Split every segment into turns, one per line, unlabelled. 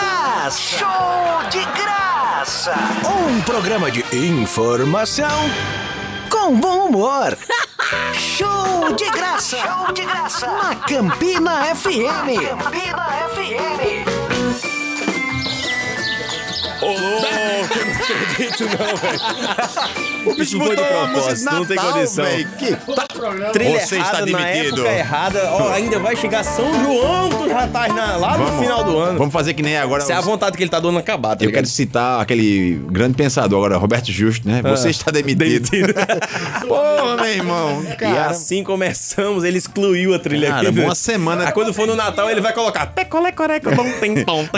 graça! Show de graça! Um programa de informação com bom humor. Show de graça! Show de graça! Na Campina FM! Campina FM!
Ô, louco, eu não acredito não, velho.
O bicho
Isso foi de
botou uma música de
propósito, não tem
Natal,
condição.
véi. Que
Trilha
Você
errada
está
na
demitido.
época errada. Ó, ainda vai chegar São João dos Ratais na- lá no final do ano.
Vamos fazer que nem agora.
Essa é a vontade que ele tá dando acabar, tá
Eu quero
ligado?
citar aquele grande pensador agora, Roberto Justo, né? Você está demitido. Porra, meu irmão.
Ah, E
Cara,
assim começamos, ele excluiu a trilha
Cara,
aqui. né?
uma semana-
Aí quando for no Natal, ele vai
uma
colocar.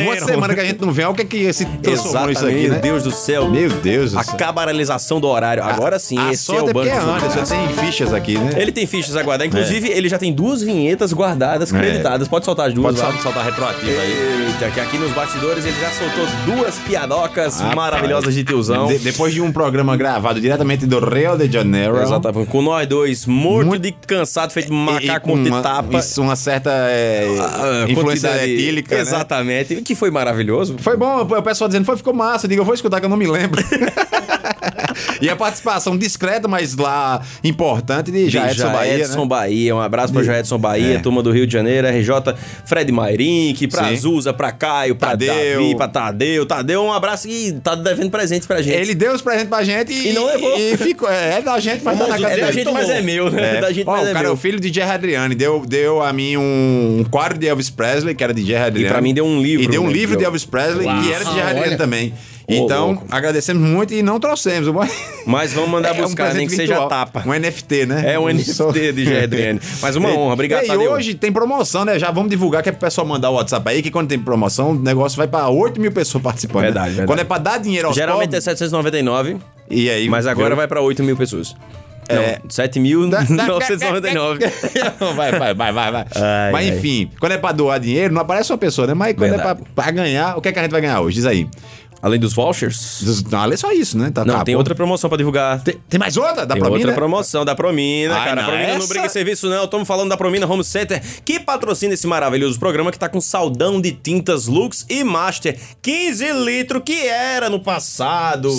um Uma
semana que a gente não vê, o que é que se transformou
Exatamente,
isso aqui, né?
Deus do céu.
Meu Deus do
A
céu.
cabaralização do horário. Agora sim,
a
esse é
sorte
o
é porque
banco.
é Anderson, É. tem fichas aqui, né?
Ele tem fichas a guardar. Inclusive, ele já tem duas vinhetas guardadas, creditadas. Pode soltar as
É.
duas.
Pode
vai.
sol- soltar retroativo aí.
Eita, que aqui nos bastidores ele já soltou duas piadocas
Ah,
maravilhosas de tiozão.
De- depois de um programa gravado diretamente do Rio de Janeiro.
Exatamente. Com nós dois, morto de cansado, feito macaco
com
morto de
uma,
tapa.
Isso, uma certa é,
Ah,
influência
quantidade-
etílica, né?
Exatamente. O que foi maravilhoso.
Foi bom, o pessoal dizendo, foi, ficou massa. Eu digo, eu vou escutar que eu não me lembro. e a participação discreta, mas lá importante de Jaedson Bahia,
Edson
né?
Bahia. Um abraço pra Jaedson Bahia,
É.
turma do Rio de Janeiro, RJ, Fred Mairink, pra
Sim.
Azusa, pra Caio, pra
Tadeu.
Davi, pra Tadeu. Tadeu, um abraço e tá devendo presente pra gente.
Ele deu os presentes pra gente e,
E não levou.
E ficou, é, é da gente, mas tá na
é
casa
da
dele.
gente, mas é meu, né?
É.
Da gente,
Ó,
mas
o
é
cara é
meu.
o filho de Jerry Adriane. Deu, deu a mim um, um quadro de Elvis Presley, que era de Jerry Adriane.
pra mim deu um livro,
E deu um
né,
livro
que
de
eu-
Elvis Presley, que era de Jerry
olha.
Adriane também.
Ô,
Então,
louco.
agradecemos muito e não trouxemos.
Mas vamos mandar
É um
buscar, nem
presente
que seja
virtual.
tapa.
Um NFT, né?
É um NFT de Jadriane. Mas uma honra, obrigado,
E
Tadeu.
hoje tem promoção, né? Já vamos divulgar que é pro pessoal mandar o WhatsApp aí, que quando tem promoção, o negócio vai pra 8 mil pessoas participando. né?
Verdade, verdade.
Quando é pra dar dinheiro aos
Geralmente é
pobres,
799,
E aí,
mas agora
viu?
vai pra 8 mil pessoas.
É.
Não, 7.999.
vai, vai, vai, vai, vai.
Ai,
Mas
ai.
enfim, quando é pra doar dinheiro, não aparece uma pessoa, né? Mas quando é
Verdade.
pra, pra ganhar, o que é que a gente vai ganhar hoje? Diz aí.
Além dos vouchers?
Diz- Não, é só isso, né? Tá-
Não,
tá,
tem
pô.
outra promoção pra divulgar.
Tem, tem mais outra? Dá
Tem
pra mim,
outra
né?
promoção da Promina,
Ah,
cara.
não,
a Promina não
essa-
briga em serviço, não. Estamos falando da Promina Home Center, que patrocina esse maravilhoso programa que tá com saldão de tintas Lux e Master. 15 litros que era no passado.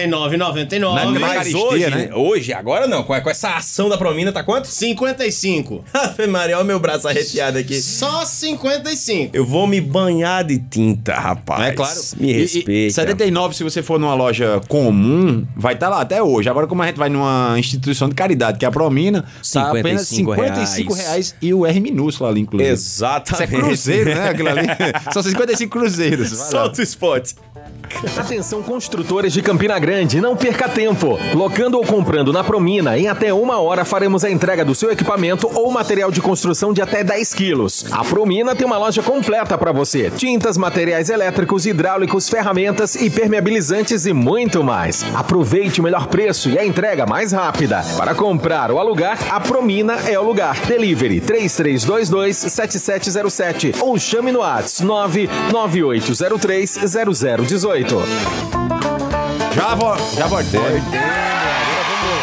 79,99.
Na minha
Mas
Eucaristia,
hoje,
é né?
hoje, agora não. Com com essa ação da Promina, tá quanto?
55.
Ave Maria, olha o meu braço arrepiado aqui.
Só 55.
Eu vou me banhar de tinta, rapaz.
É claro.
Me
E- e
respeita.
79, se você for numa loja comum, vai estar lá até hoje. Agora, como a gente vai numa instituição de caridade, que é a Promina, tá apenas
55
55 reais. e o R minúsculo ali, inclusive. Isso
Exatamente.
é cruzeiro, né? Aquilo ali. São 55 cruzeiros. Vai lá.
Solta o spot.
Atenção construtores de Campina Grande, não perca tempo. Locando ou comprando na Promina, em até uma hora faremos a entrega do seu equipamento ou material de construção de até 10 quilos. A Promina tem uma loja completa para você: tintas, materiais elétricos, hidráulicos, ferramentas, impermeabilizantes e muito mais. Aproveite o melhor preço e a entrega mais rápida. Para comprar ou alugar, a Promina é o lugar. Delivery 3322-7707 ou chame no ATS 998030018.
Já, vo já voltei.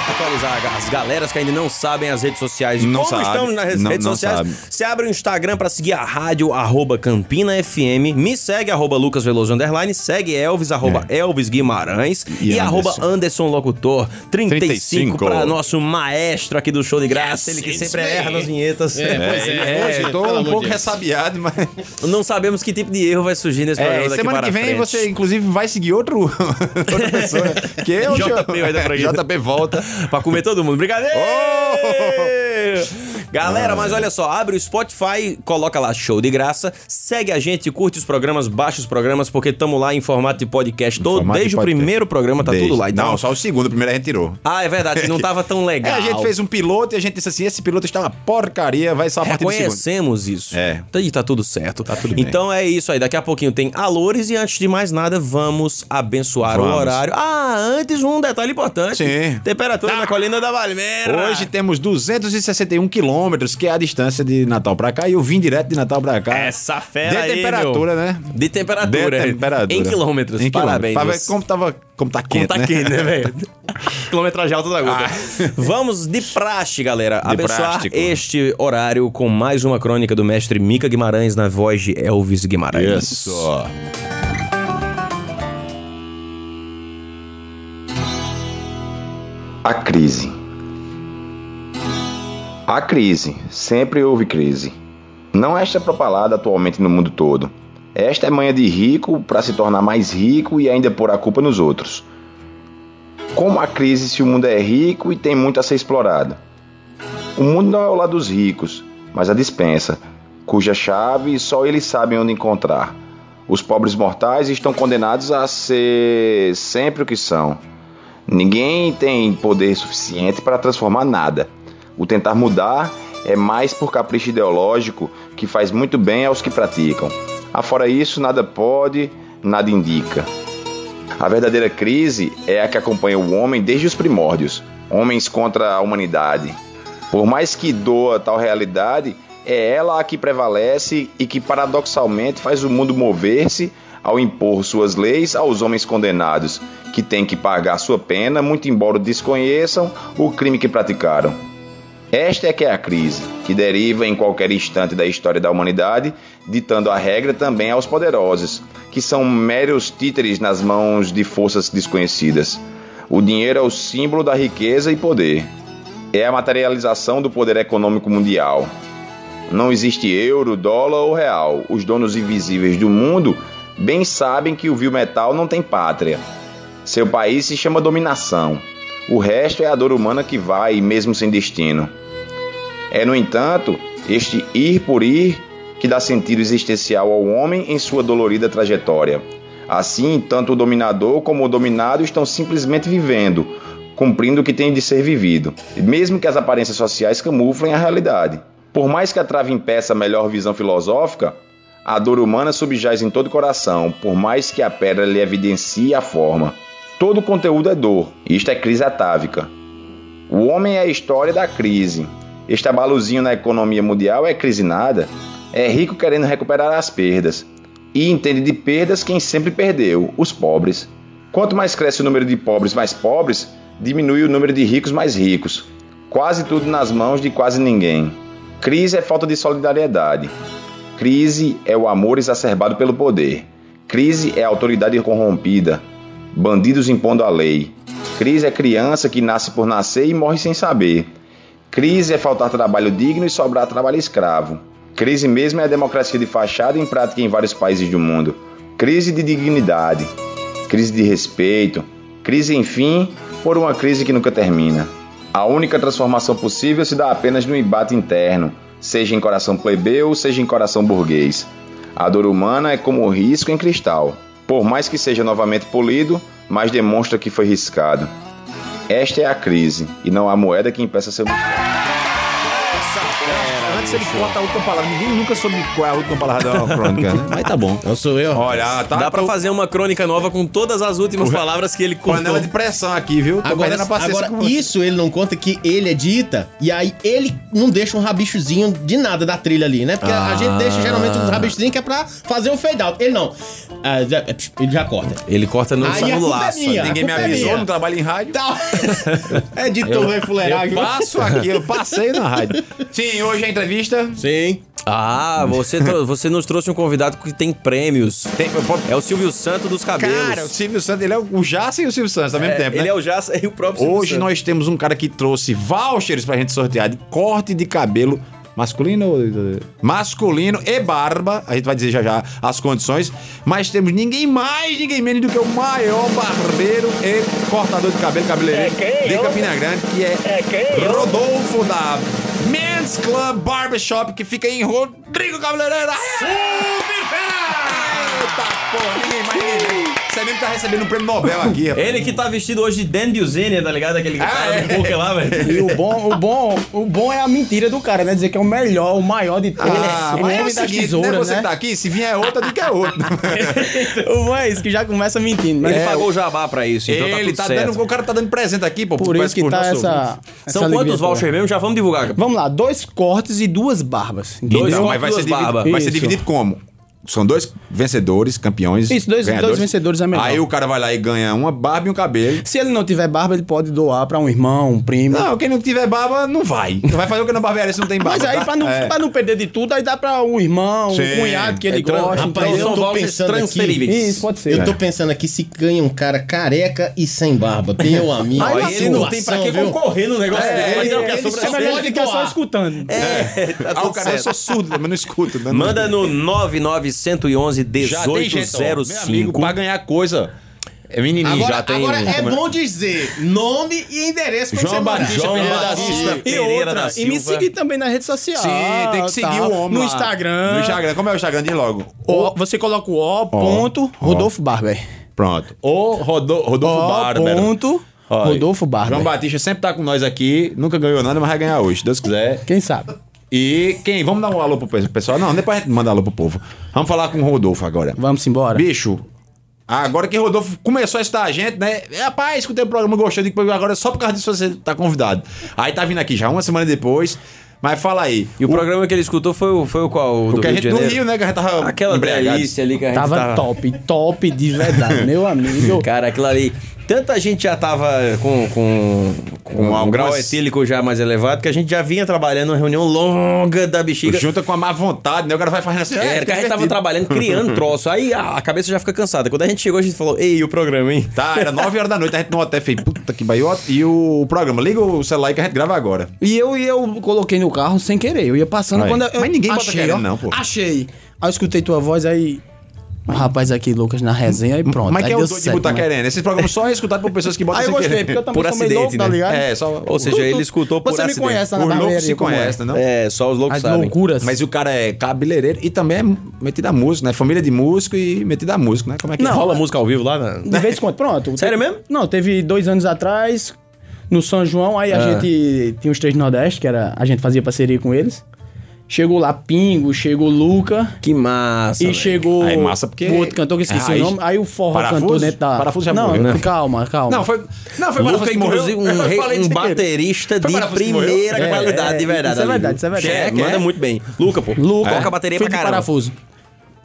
Atualizar ga- as galeras que ainda não sabem as redes sociais. E
Não
Como
sabe.
estamos nas
Não-
redes
não
sociais?
sabe.
Você abre o Instagram pra seguir a rádio, arroba Campina FM. Me segue, arroba Lucas Veloso Underline. Segue Elvis, arroba Elvis Guimarães. E,
É. E
arroba
Anderson.
Anderson Locutor 35,
35.
pra nosso maestro aqui do Show de Graça. ele que
it's
sempre
me.
erra nas vinhetas.
É, pois é.
É, hoje eu tô
pelo amor
um
de
pouco
Deus.
ressabiado, mas.
Não sabemos que tipo de erro vai surgir nesse
É,
programa daqui
semana
para
que vem
frente.
você, inclusive, vai seguir outro, outra pessoa. Que hoje eu-
JP vai dar pra ele.
JP volta.
pra comer todo mundo. Brincadeira!
Oh!
Galera, mas olha só, abre o Spotify, coloca lá show de graça, segue a gente, curte os programas, baixa os programas, porque estamos lá em formato de podcast todo,
Formato de
desde o
podcast.
primeiro programa, tá
Desde-
tudo lá. Então...
Não, só o segundo, o primeiro a gente tirou.
Ah, é verdade, que não tava tão
É,
legal.
a gente fez um piloto e a gente disse assim: esse piloto está uma porcaria, vai só a partir do segundo.
Reconhecemos isso.
É.
Tá- E tá tudo certo. Tá
tudo bem.
Então é isso aí. Daqui a pouquinho tem alores e antes de mais nada, vamos abençoar o
Vamos.
horário. Ah, antes um detalhe importante.
Sim. Tá.
Temperatura na colina da Valmeira.
Hoje temos 261 quilômetros, que é a distância de Natal pra cá, e eu vim direto de Natal pra cá.
Essa fera
De
aí,
temperatura,
meu.
né?
De temperatura.
De temperatura.
Em quilômetros.
Em quilômetros.
Parabéns.
Pra ver como, tava, como tá quente,
Como tá
né?
quente, né, velho? Quilometragem alta da gota.
Ah.
Vamos de praxe, galera. Abençoar
prástico.
este horário com mais uma crônica do mestre Mica Guimarães na voz de Elvis Guimarães.
Isso.
A crise. A crise. Sempre houve crise. Não esta propalada atualmente no mundo todo. Esta é manha de rico para se tornar mais rico e ainda pôr a culpa nos outros. Como a crise se o mundo é rico e tem muito a ser explorado? O mundo não é o lado dos ricos, mas a dispensa, cuja chave só eles sabem onde encontrar. Os pobres mortais estão condenados a ser sempre o que são. Ninguém tem poder suficiente para transformar nada. O tentar mudar é mais por capricho ideológico que faz muito bem aos que praticam. Afora isso, nada pode, nada indica. A verdadeira crise é a que acompanha o homem desde os primórdios homens contra a humanidade. Por mais que doa tal realidade, é ela a que prevalece e que paradoxalmente faz o mundo mover-se ao impor suas leis aos homens condenados, que têm que pagar sua pena, muito embora desconheçam o crime que praticaram. Esta é que é a crise, que deriva em qualquer instante da história da humanidade, ditando a regra também aos poderosos, que são meros títeres nas mãos de forças desconhecidas. O dinheiro é o símbolo da riqueza e poder. É a materialização do poder econômico mundial. Não existe euro, dólar ou real. Os donos invisíveis do mundo bem sabem que o vil metal não tem pátria. Seu país se chama dominação. O resto é a dor humana que vai, mesmo sem destino. É, no entanto, este ir por ir que dá sentido existencial ao homem em sua dolorida trajetória. Assim, tanto o dominador como o dominado estão simplesmente vivendo, cumprindo o que tem de ser vivido, mesmo que as aparências sociais camuflem a realidade. Por mais que a trave impeça a melhor visão filosófica, a dor humana subjaz em todo o coração, por mais que a pedra lhe evidencie a forma. Todo o conteúdo é dor, isto é crise atávica. O homem é a história da crise. Este abaluzinho na economia mundial é crise nada. É rico querendo recuperar as perdas. E entende de perdas quem sempre perdeu, os pobres. Quanto mais cresce o número de pobres mais pobres, diminui o número de ricos mais ricos. Quase tudo nas mãos de quase ninguém. Crise é falta de solidariedade. Crise é o amor exacerbado pelo poder. Crise é a autoridade corrompida. Bandidos impondo a lei. Crise é criança que nasce por nascer e morre sem saber. Crise é faltar trabalho digno e sobrar trabalho escravo. Crise mesmo é a democracia de fachada em prática em vários países do mundo. Crise de dignidade. Crise de respeito. Crise, enfim, por uma crise que nunca termina. A única transformação possível se dá apenas no embate interno, seja em coração plebeu, seja em coração burguês. A dor humana é como o risco em cristal. Por mais que seja novamente polido, mas demonstra que foi riscado. Esta é a crise, e não a moeda que impeça seu
Antes ele conta a última palavra. Ninguém nunca soube qual é a última palavra da crônica, né?
Mas tá bom.
Não Então sou eu.
Olha, tá
Dá pra fazer uma crônica nova com todas as últimas palavras que ele contou.
panela um de pressão aqui, viu? Tô
Agora,
perdendo a paciência
agora
com você.
isso ele não conta que ele edita e aí ele não deixa um rabichozinho de nada da trilha ali, né? Porque a gente deixa geralmente
Ah.
uns rabichozinhos que é pra fazer um fade out. Ele não. Ah, já- ele já corta.
Ele corta no,
Aí a
no
culpa é
laço.
minha.
Ninguém
Ninguém
me
culpa é minha.
avisou, não trabalho em rádio.
Tá.
É
Editor vai fuleirar
Eu
aqui.
passo aqui, eu passei na rádio. Sim,
é
hoje a entrevista.
Sim.
Ah, você, trou- você nos trouxe um convidado que tem prêmios.
Tem, eu posso-
É o Silvio Santo dos cabelos.
cara, o Silvio Santos, ele é o Jaça e o Silvio Santos ao mesmo
É,
tempo, né?
Ele é o Jaça e o próprio Silvio
Hoje
Santo.
nós temos um cara que trouxe vouchers pra gente sortear de corte de cabelo masculino ou- masculino e barba. A gente vai dizer já já as condições, mas temos ninguém mais, ninguém menos do que o maior barbeiro e cortador de cabelo cabeleireiro de Campina Grande, que é, Rodolfo da Men's Club Barbershop, que fica em Rodrigo Cabeleireira. Eita porra, ninguém mais, ninguém menos. Você mesmo tá recebendo um prêmio Nobel aqui, rapaz.
Ele que tá vestido hoje de Dan Busenia, tá ligado? Aquele cara
é.
do poker lá, velho.
E o bom, o bom, o bom é a mentira do cara, né? Dizer que é o melhor, o maior de todos.
Ah,
o
mas é o
homem da
seguinte, né?
tesoura,
Você
né?
tá aqui, se vier outra, diga que é outra.
Então tá
O bom é isso, que já começa mentindo. Mas
É,
Ele
é.
ele
pagou o jabá pra isso, então tá
Ele
tudo
tá
certo.
dando, o cara tá dando presente aqui, pô.
por
pro-
isso que
pros
tá
nossos
essa,
ouvintes.
essa
São
alegria
quantos
toda.
vouchers mesmo? Já vamos divulgar.
Vamos lá, dois cortes e duas barbas.
Dois
Então, mas
cortes,
vai ser
duas
dividido,
barbas.
vai ser
Isso.
dividido como? São dois vencedores, campeões.
Isso, dois- dois vencedores é melhor.
Aí o cara vai lá e ganha uma barba e um cabelo.
Se ele não tiver barba, ele pode doar pra um irmão, um primo.
Não, quem não tiver barba, não vai. Vai fazer o que na barbearia se não tem barba.
Mas aí,
tá?
pra não,
É.
pra não perder de tudo, aí dá pra um irmão,
Sim.
um cunhado
É
que ele
Então,
gosta.
rapaz,
então-
são
eu tô
vouchers
pensando aqui-
transferíveis.
Isso, pode ser.
Eu tô pensando aqui se ganha um cara careca e sem barba. Meu amigo,
Aí
a
ele não tem pra que
situação, viu?
concorrer no negócio dele. Vai ter o que é
ele
sobre
É
só
a
melhor
pode
ficar só
doar.
escutando.
Tá
Ah,
tudo
o cara, eu
certo.
sou surdo, mas não escuto. né?
Manda no 99111
Já tem gente, ó, Meu amigo,
1805.
pra ganhar coisa. É menininho,
Agora,
já tem.
agora
um-
é bom dizer nome e endereço pra
João
você mandar.
Batista Pereira da Silva.
E
Pereira
outra,
da
e me
Silva.
seguir também na rede social.
Sim, tem que seguir
tal.
o homem.
Ah, tá. No
lá.
Instagram.
No Instagram. Como é o Instagram? Diz logo.
O- você coloca o O. Ponto,
Ó.
Rodolfo Barber.
Pronto. O Rodo- Rodolfo
O.
Bárbaro.
Ponto,
Ó,
Rodolfo Barber.
João Batista sempre tá com nós aqui. Nunca ganhou nada, mas vai ganhar hoje, se Deus quiser.
Quem sabe?
E quem? Vamos dar um alô pro pe- pessoal? Não, depois a gente manda alô pro povo. Vamos falar com o Rodolfo agora.
Vamos embora.
Bicho, agora que Rodolfo começou a estar a gente, né? Rapaz, escutei o programa, gostei. Digo, agora é só por causa disso você tá convidado. Aí tá vindo aqui já uma semana depois. Mas fala aí.
E o programa que ele escutou foi o, foi o qual? O do
Porque a
Rio de
gente do
Janeiro?
Rio, né? Que a gente tava
Aquela
embriagado.
delícia ali que a gente
Tava
tava...
top, top de verdade, meu amigo.
Cara, aquilo ali... Tanta gente já tava com, com, com
Com
um grau
algumas-
etílico já mais elevado que a gente já vinha trabalhando uma reunião longa da bexiga.
Junta com a má vontade, né? O cara vai fazendo assim.
É,
fica
porque a gente tava
divertido.
trabalhando, criando troço. Aí a, a cabeça já fica cansada. Quando a gente chegou, a gente falou, ei, o programa, hein?
Tá, era 9 horas da noite, a gente no hotel fez, puta que baiota. E o programa, liga o celular aí que a gente grava agora.
E eu, e eu coloquei no carro sem querer. Eu ia passando
Aí.
quando eu.
Mas ninguém bota
achei,
querendo,
ó.
não, pô.
Achei. Aí eu escutei tua voz, aí. O rapaz aqui, Lucas, na resenha, aí pronto.
Mas
aí
que é o
deu
doido de
certo,
botar
né?
querendo. Esses programas só é escutado por pessoas que botam
Aí Ah, eu
sem
gostei,
querer.
porque eu também
Por
sou meio
acidente,
louco, tá
né?
ligado?
É, só.
Ou seja, ele escutou por
Você me
acidente.
Os
conhece, na
loucos se
barbearia, como é.
conhecem, não?
É, só os loucos
As
sabem.
loucuras.
Mas o cara é cabeleireiro e também é metido a músico, né? Família de músico e metido a músico, né? Como é que
Não, rola música ao vivo lá na...
De vez em quando, pronto.
Sério
Teve-
mesmo?
Não, teve dois anos atrás, no São João, aí a
Ah.
gente tinha os três do Nordeste, que era, a gente fazia parceria com eles. Chegou lá Pingo, chegou Luca.
Que massa,
E
velho.
chegou
Aí massa porque-
o outro cantor que eu esqueci
Raiz.
o nome. Aí o forró
Parafuso?
cantou dentro da.
Parafuso já
não,
morreu, né?
calma, calma.
Não, foi. Não, foi
Luca,
Parafuso que morreu.
inclusive, um,
Eu
rei-
falei
um
sem querer.
baterista
Foi
de
Parafuso que morreu?
primeira
É,
qualidade,
é,
de verdade.
isso é
ali,
verdade,
viu?
isso é verdade.
Cheque,
É.
manda muito bem. Luca, pô. Luca, toca bateria
filho
pra
de
caramba.
parafuso.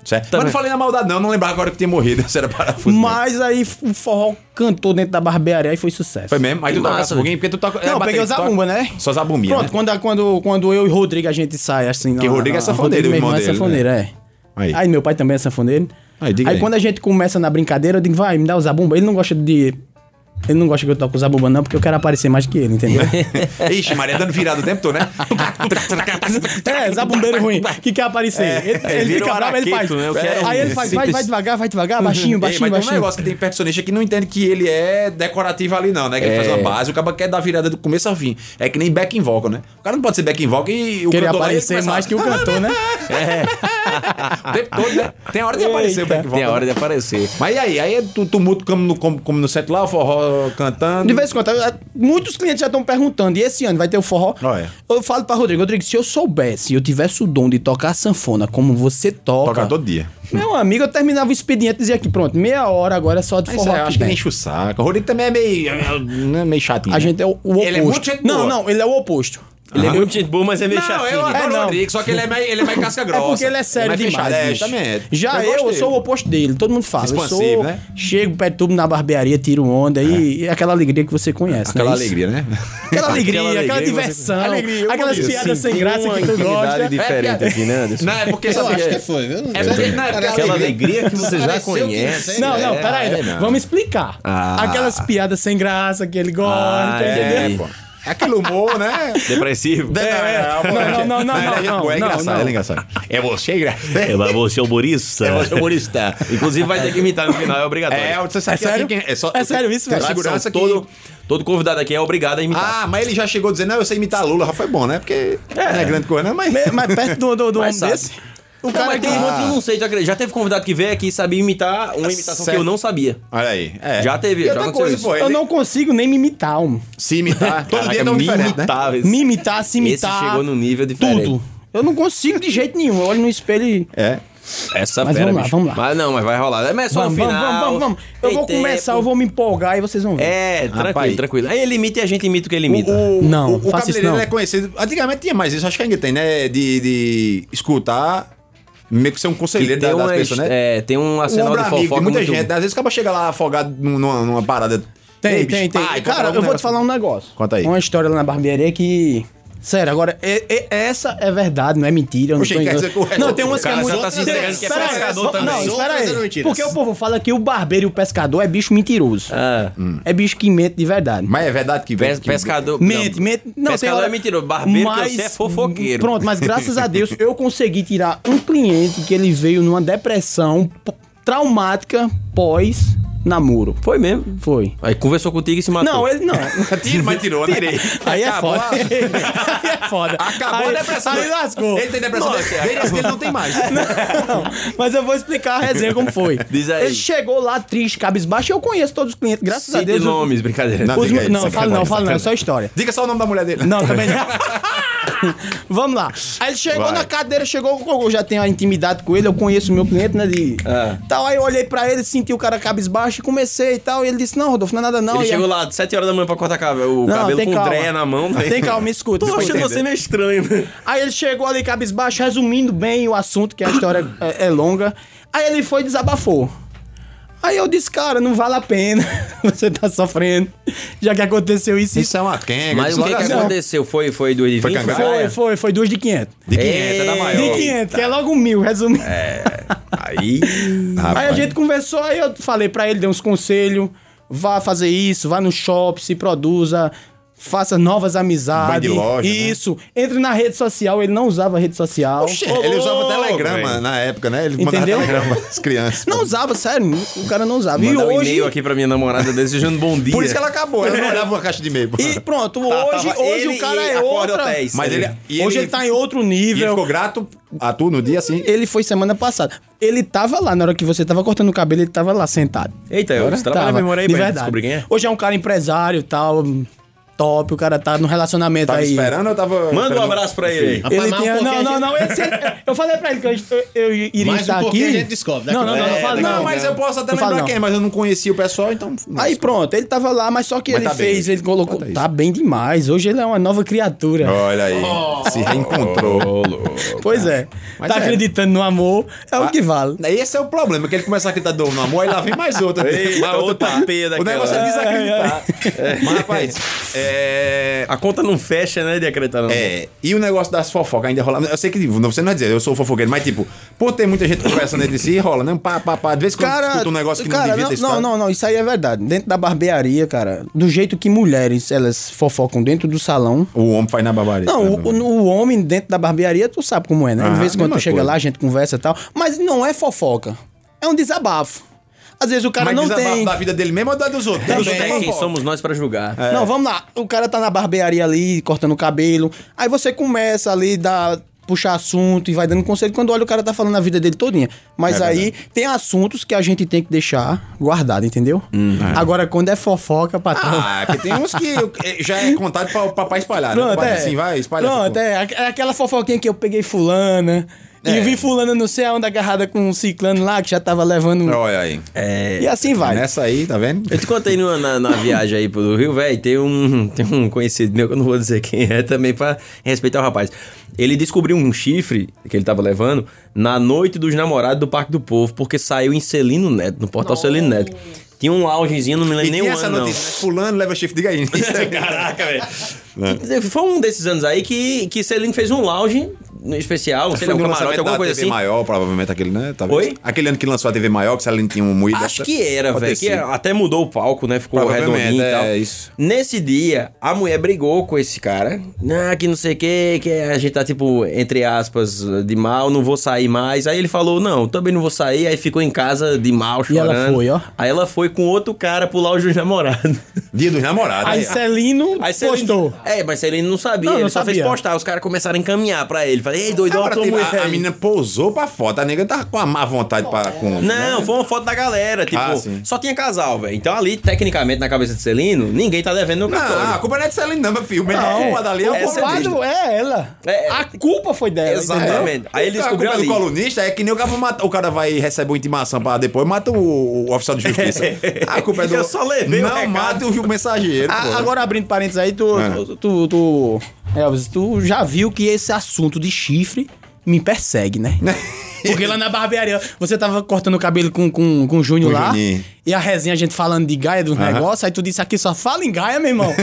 Certo. Mas não falei na maldade, não. Não lembrava agora que tinha morrido. Se era parafuso. mesmo.
Mas aí o forró cantou dentro da barbearia e foi sucesso.
Foi mesmo? Aí tu toca
massa,
alguém, porque tu
é
toca.
Não, eu peguei o
baterista, tu
Zabumba,
toca-
né?
Só Zabumbinha.
Pronto,
né?
quando, quando, quando eu e o Rodrigo a gente sai assim.
Porque
na-
Rodrigo é
na-
sanfoneiro,
Rodrigo,
o
meu
irmão
irmão é
dele,
sanfoneiro, é.
né? Aí.
Aí. meu pai também é sanfoneiro.
Aí,
Aí,
diga aí.
quando a gente começa na brincadeira, eu digo, vai, me dá o zabumba. Ele não gosta de. Ele não gosta que eu toque o zabumba, não, porque eu quero aparecer mais que ele, entendeu?
Ixi, Maria dando virada o tempo todo, né? Tá,
é, zabumbeiro ruim, que quer aparecer. ele
é,
ele
vira
fica
um
bravo, ele faz. É,
araqueto, né? Eu quero
aí
um
ele faz, vai,
simples-
vai devagar, vai devagar, baixinho,
Ei,
baixinho,
mas tem um
baixinho.
negócio que tem percussionista que não entende que ele é decorativo ali, não, né? Que ele faz
É.
uma base, o cara quer dar virada do começo ao fim. É que nem back in vocal, né? O cara não pode ser back in vocal e o
Querer
cantor lá, ele
aparecer
começa-
mais que o cantor, né?
O tempo todo, né? Tem a hora de aparecer o back in vocal. né?
Tem a hora de aparecer.
Mas e aí? Aí é tu tumulto como no, como, como no set lá, o forró cantando.
De vez em quando, eu- eu- muitos clientes já estão perguntando, e esse ano vai ter o forró?
Olha.
Eu falo pra Rodrigo, Rodrigo, se eu soubesse, eu tivesse o dom de tocar sanfona como você toca...
Toca todo dia.
Meu amigo, eu terminava o expediente e dizia aqui, pronto, meia hora agora é só de
Mas isso
forró
aí, eu
aqui
acho que ele enche
dentro.
o saco. O Rodrigo também é meio, é meio chatinho.
A
né?
gente é o, o oposto.
Ele é muito gente
não,
boa.
não, ele é o oposto.
Ele é muito gente boa, mas é meio
Não, eu
chatinho.
adoro
É,
o
não.
Rodrigo, só que ele é mais, ele é mais casca grossa.
É porque ele é sério
mais
demais.
fechado, É,
bicho.
exatamente.
Já eu,
gosto
sou o
dele.
oposto dele, todo mundo fala. eu
Expansivo,
sou,
né?
Chego, pego tudo na barbearia, tiro onda e, e aquela alegria que você conhece.
Aquela
né? Isso.
alegria, né?
Aquela alegria,
Aquela
aquela,
alegria que você-
diversão,
Alegria, eu
aquelas
gosto.
piadas sem graça que tu gosta. É
diferente aqui, né, Anderson?
Não, é porque
Eu
sabe
acho
que-
que foi, viu?
É porque- não, é porque
Aquela alegria que você já
Pareceu que
conhece.
sei.
Não, não, peraí.
é, não.
Vamos explicar. Aquelas piadas sem graça que ele
Ah,
gosta, tá entendeu? É,
é,
É, pô. É aquele humor, né?
Depressivo.
Não, não, não, não,
Ele é
não,
boa, é
não,
engraçado,
não.
ele é engraçado. É você, engraçado.
É, mas você é humorista.
É você, humorista.
Inclusive vai ter que imitar no final, é obrigatório.
É, você sabe
É
que aqui
sério?
quem- É, só,
É sério isso,
tem
velho?
segurança que...
todo, todo convidado aqui é obrigado a imitar.
Ah, mas ele já chegou dizendo, não, eu sei imitar Lula. Já foi bom, né? Porque não é grande coisa, não, mas...
Mas perto do, do, do
Mas
homem
sabe.
Ah, um desse.
o cara mas tem um monte que eu não sei, tu acredita? Já teve convidado que veio aqui e sabia imitar uma imitação
Certo.
que eu não sabia.
Olha aí. é.
Já teve,
E
já
outra
aconteceu
coisa,
isso.
pô.
Eu
ele-
não consigo nem me imitar, homem.
Se imitar, todo dia
Caraca,
não
me
diferente, né?
imitava esse-
Me imitar, se imitar.
chegou num nível diferente.
Tudo. Eu não consigo de jeito nenhum. Eu olho no espelho e.
É.
Essa
Mas
fera,
vamos lá,
bicho.
vamos lá.
Mas não, mas vai rolar. Mas é só
Vamos,
no
vamos,
final.
vamos, vamos, vamos. Eu
Tem
vou começar,
tempo.
eu vou me empolgar e vocês vão ver.
É, tranquilo,
Rapaz.
tranquilo. Aí ele imita e a gente imita o que ele imita.
O,
Não,
o, o
faça isso
cabeleireiro
não.
é conhecido. Antigamente tinha mais isso, acho que ainda tem, né? De, de escutar meio que ser um conselheiro da-
tem,
das
umas-
pessoas, né?
é, tem um
Um
arsenal
ombro
de
amigo,
fofoca
tem muita
muito-
gente. né? Às vezes acaba chega lá afogado num- numa, numa parada.
Tem,
Ei, bicho,
tem, tem.
pai, é compra
Cara,
logo
eu vou te
negócio.
falar um negócio.
Conta aí.
Uma história lá na barbearia que. Sério, agora, é- é- essa é verdade, não é mentira. eu não
Oxe,
tô
quer
enganando.
dizer que o resto-
Não, tem umas
O
que é
cara
muito.
já tá se entregando que é
Pera aí,
pescador também.
Não,
é
espera
Outras eram
aí.
mentiras.
Porque o povo fala que o barbeiro e o pescador é bicho mentiroso.
Ah,
É bicho que mente de verdade.
Hum. Mas é verdade que
pes-
que-
pescador.
Mente, mente. Não, tem
pescador
hora-
é mentiroso. Barbeiro que você é fofoqueiro.
Pronto, mas graças a Deus eu consegui tirar um cliente que ele veio numa depressão p- traumática pós-namoro.
Foi mesmo. Ah,
Foi.
Aí conversou contigo e se matou.
Não, ele não.
Tira, mas tirou, né? Tirei.
Aí é foda. aí é foda.
Acabou
aí,
a depressão.
Aí lascou.
Ele tem depressão desse. Ele ele não tem mais.
Não, mas eu vou explicar a resenha como foi.
Diz aí.
Ele chegou lá triste, cabisbaixo. Eu conheço todos os clientes, graças a
Cite
Deus. eu-
nomes, brincadeira.
Não,
os-
diga aí,
não,
sacanagem,
fala não, fala não, é
sacanagem.
só história.
Diga só o nome da mulher dele.
Não, também não. Vamos lá. Aí ele chegou
Vai.
na cadeira, chegou, eu já tenho a intimidade com ele, eu conheço o meu cliente, né? De,
É.
Tal, aí eu olhei pra ele, senti o cara cabisbaixo e comecei e tal. E ele disse: Não, Rodolfo, não é nada não.
Ele
E
chegou lá às 7 horas da manhã pra cortar cabelo, o
Não,
cabelo
tem
com
calma.
dreia na mão. né?
Tem calma, me
Tô
escuta. escuta.
achando você meio estranho, né?
Aí ele chegou ali cabisbaixo, resumindo bem o assunto, que a história é, é longa. Aí ele foi e desabafou. Aí eu disse, cara, não vale a pena. Você tá sofrendo. Já que aconteceu isso. isso
Isso é uma quenga.
Mas o que, que
deslocação.
aconteceu? Foi, foi do Edifício?
Foi cangaia?
foi, foi, foi duas de 500.
De 500 é da
De
maior.
500, que é logo um mil, resumindo.
Aí.
Aí a gente conversou, aí eu falei pra ele, dei uns conselhos. Vá fazer isso, vá no shopping, se produza, faça novas amizades.
Vai de loja, né?
Isso. Entre na rede social, ele não usava rede social.
Oxe, ele usava
louco,
telegrama
velho.
na época, né? Ele mandava
Entendeu?
telegrama às crianças.
Não usava, sério, o cara não usava.
Mandar
e
um
hoje.
e-mail aqui pra minha namorada desejando bom dia.
Por isso que ela acabou. Ela não olhava uma caixa de e-mail.
né? E pronto,
Tá,
hoje,
tava
hoje
ele
o cara
e
é
Acorda
outra.
Hotéis.
Mas ele- e
hoje ele,
ele-
tá em outro
E ele
nível.
ficou grato a tu no dia, assim.
Ele foi semana passada. Ele tava lá, na hora que você tava cortando o cabelo, ele tava lá sentado.
Eita, eu
Tá
trabalho na
Tava,
memória aí
de
pra gente
verdade.
descobrir quem é.
Hoje é um cara empresário e tal, top, o cara tá no relacionamento
Tava
aí.
esperando ou tava...
Manda um
esperando?
abraço pra ele aí.
Rapaz,
Ele
mas um
tinha...
pouquinho
não,
a
não,
gente-
não, esse- é- eu falei pra ele que eu, eu iria
Mais um
estar aqui.
pouquinho a gente descobre, né?
Não, não, não, não,
É,
fala-
daqui a
não,
Não,
mas
mas eu posso até
Não fala
lembrar
não.
é
quem, mas eu não conhecia o pessoal, então...
Aí pronto, ele tava lá, mas só que
Mas
ele
tá bem.
fez, ele colocou.
Conta isso.
Tá bem demais. Hoje ele é uma nova criatura.
Olha aí, se reencontrou.
pois é.
Mas
Tá
é. Ah.
acreditando no amor, é o que vale.
Esse é o problema, que ele começa a acreditar do no amor, aí lá vem mais outra.
Eita,
Mais
outra
pá.
peda
O negócio é
aquela. É,
desacreditar. Mas, rapaz, é...
A conta não fecha, né, de acreditar não.
É, e o negócio das fofocas ainda rola. Eu sei que tipo, você não vai dizer, eu sou fofoqueiro, mas tipo, por ter muita gente conversando entre si, rola, né? Pá, pá, pá. De vez em quando
Cara,
escuta um negócio que não
cara,
devia
não,
ter
não,
escutado.
não, não, isso aí é verdade. Dentro da barbearia, cara, do jeito que mulheres elas fofocam dentro do salão.
O homem faz na barbaria.
Não,
né?
o, o homem dentro da barbearia, tu sabe como é, né?
Ah,
de vez em quando
mesma
tu chega
coisa.
lá, a gente conversa e tal. Mas não é fofoca. É um desabafo. Às vezes o cara
mas
não
desabafo
tem.
da é. vida dele mesmo ou da dos outros?
Também. É.
Dos outros é
Quem
fofoca.
somos nós pra julgar?
Não, vamos lá. O cara tá na barbearia ali, cortando o cabelo. Aí você começa ali, dá, puxar assunto e vai dando conselho. Quando olha, o cara tá falando a vida dele todinha.
É
Mas aí tem assuntos que a gente tem que deixar guardado, entendeu? Agora, quando é fofoca, patrão...
Hum, Ah, porque tem uns que eh, já é contado pra o papai espalhar, né? O
Pronto,
papai
é.
assim, vai, espalha.
Pronto,
essa
é. Aqu- é aquela fofoquinha que eu peguei fulana. E
É.
eu vi fulana não sei aonde agarrada com um ciclano lá que já tava levando. um-
porra. Olha aí.
É.
E assim vai.
Nessa aí, tá vendo?
Eu te contei numa- na, na viagem aí pro Rio, velho, tem um, tem um conhecido meu, que eu não vou dizer quem é também, pra respeitar o rapaz. Ele descobriu um chifre que ele tava levando na noite dos namorados do Parque do Povo, porque saiu em Celino Neto, no portal Celino Neto. Tinha um loungezinho, não me lembro
E
nem
tem
o
essa
ano, não.
notícia, né? Fulano leva chifre, diga aí.
Caraca, velho. Foi um desses anos aí que, que Celino fez um lounge especial, sei lá, um
no
camarote,
lançamento
alguma
da
coisa
TV
assim.
maior, provavelmente, aquele, né? Talvez.
Oi?
Aquele ano que lançou a TV maior, que se ela não tinha um moído.
Acho
essa-
que era,
Pode
velho.
ter
Que
sido.
até mudou o palco, né? Ficou
Provavelmente,
redondinho e tal.
é, isso.
Nesse dia, a mulher brigou com esse cara. Ah, que não sei o que, que a gente tá, tipo, entre aspas, de mal, não vou sair mais. Aí ele falou, não, também não vou sair. Aí ficou em casa de mal,
E
chorando.
ela foi, ó.
Aí ela foi com outro cara pular os namorados.
Dia dos namorados.
Aí
né?
é
Celino
Aí Celino-
postou.
É, mas Celino não sabia.
Não, não
ele só fez
sabia.
postar. Os caras começaram a encaminhar pra ele. Falei, ei, doido, olha
Agora,
tua
tem-
mulher.
tipo, a, a
aí.
menina pousou pra foto. A nega tava com a má vontade pra. Com, um, né?
Não, foi uma foto da galera, tipo,
Ah, sim.
só tinha casal, velho. Então ali, tecnicamente, na cabeça de Celino, ninguém tá devendo no cartório.
Não, a culpa não é de Celine, não, meu filho. O melhor culpa dali é o
o
essa é
colunista.
culpado é ela.
É, é.
A culpa foi dela.
Exatamente.
É.
Exatamente.
Aí ele
A
descobriu
culpa
ali.
do tá colunista é que nem o cara, mata, o cara vai receber uma intimação pra depois, mata o, o oficial de justiça. A culpa é do.
Eu só levei o
Não
recado. Ah,
mata o mensageiro. pô.
Ah, agora abrindo parênteses aí, tu,
É.
tu, tu, tu- Elvis, tu já viu que esse assunto de chifre me persegue, né? Porque lá na barbearia, você tava cortando o cabelo com, com, com o Júnior
Com o
lá.
Juninho.
E a resenha, a gente falando de Gaia, dos negócios. Aí tu disse aqui, só fala em Gaia, meu irmão.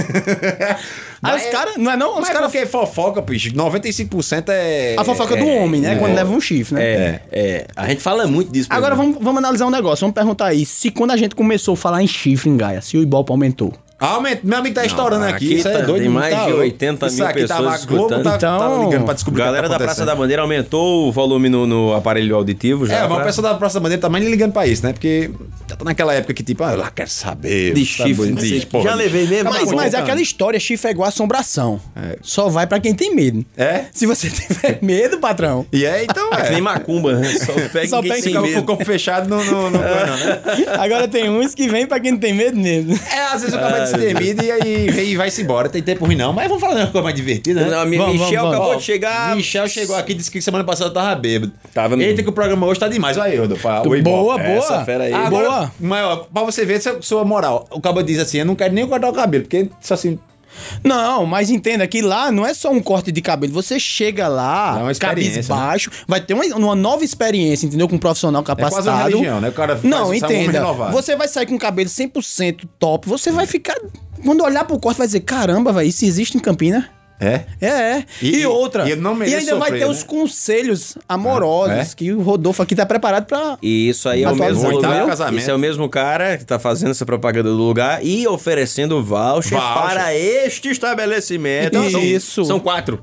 aí os caras, não é não? Os
Mas
caras.
porque fofoca, bicho, 95% é...
A fofoca
é,
do homem, né? Quando leva um chifre, né?
É, é. A gente fala muito disso. por
Agora
exemplo.
vamos, vamos analisar um negócio. Vamos perguntar aí se quando a gente começou a falar em chifre em Gaia, se o Ibope aumentou.
Aumenta, meu amigo tá estourando aqui,
aqui
isso é
tá-
doido.
tem
não
mais de
louco.
80
Isso
mil
aqui tá
pessoas
lá, Globo tá-
escutando.
tá
Então,
ligando pra descobrir o que
Galera
tá
da Praça
acontecendo.
da Bandeira aumentou o volume no, no aparelho auditivo já.
É, mas o
pra-
pessoal da Praça da Bandeira tá mais nem ligando pra isso, né? Porque já tá naquela época que, tipo, ah, lá quero saber.
de
sabe,
chifre.
de
de-
tá porra.
Já levei mesmo.
Mas,
tá bom.
mas é aquela história, chifre é igual assombração. Só vai pra quem tem medo.
É?
Se você tiver medo, patrão.
E é, então,
É que nem
é.
macumba, né? Só pega
Só
Só
pega
ninguém sem
Fica com o
medo.
corpo fechado no... no, no-
Agora tem uns que vem pra quem não tem medo mesmo.
É, às vezes o cara vai destemido e aí vem e vai-se embora. Tem tempo ruim não, mas vamos falar de uma coisa mais divertida, né?
Não, a minha
Vamos,
Michel
vamos,
acabou
Ó,
de chegar.
Michel chegou aqui e disse que semana passada tava bêbado.
Tava mesmo.
Eita, que o programa hoje tá demais. Olha aí, Rodolfo. Ah, o Ibope.
Boa, boa.
Essa fera aí.
Ah,
Agora,
boa.
Mas, ó, pra você ver sua, sua moral. O cabo diz assim: eu não quero nem cortar o cabelo, porque só assim.
Não, mas entenda que lá não é só um corte de cabelo. Você chega lá,
É uma experiência,
cabisbaixo, vai ter uma, uma nova experiência, entendeu? Com um profissional capacitado.
É quase uma religião, né? O cara faz-
Não,
sai um homem
entenda.
renovado.
Você vai sair com o cabelo 100% top, você vai ficar... Quando olhar pro corte, vai dizer, caramba, velho, isso existe em Campina?
É?
É, é.
E-
E,
e-
outra.
e eu não mereço
ainda vai
sofrer,
ter
né? É,
os conselhos amorosos que o Rodolfo aqui tá preparado pra...
E isso aí é o
Atualizar.
mesmo
Oitavo
lugar,
casamento.
Isso é o mesmo cara que tá fazendo essa propaganda do lugar e oferecendo voucher,
Voucher.
para este estabelecimento.
Então,
São-
isso.
São quatro.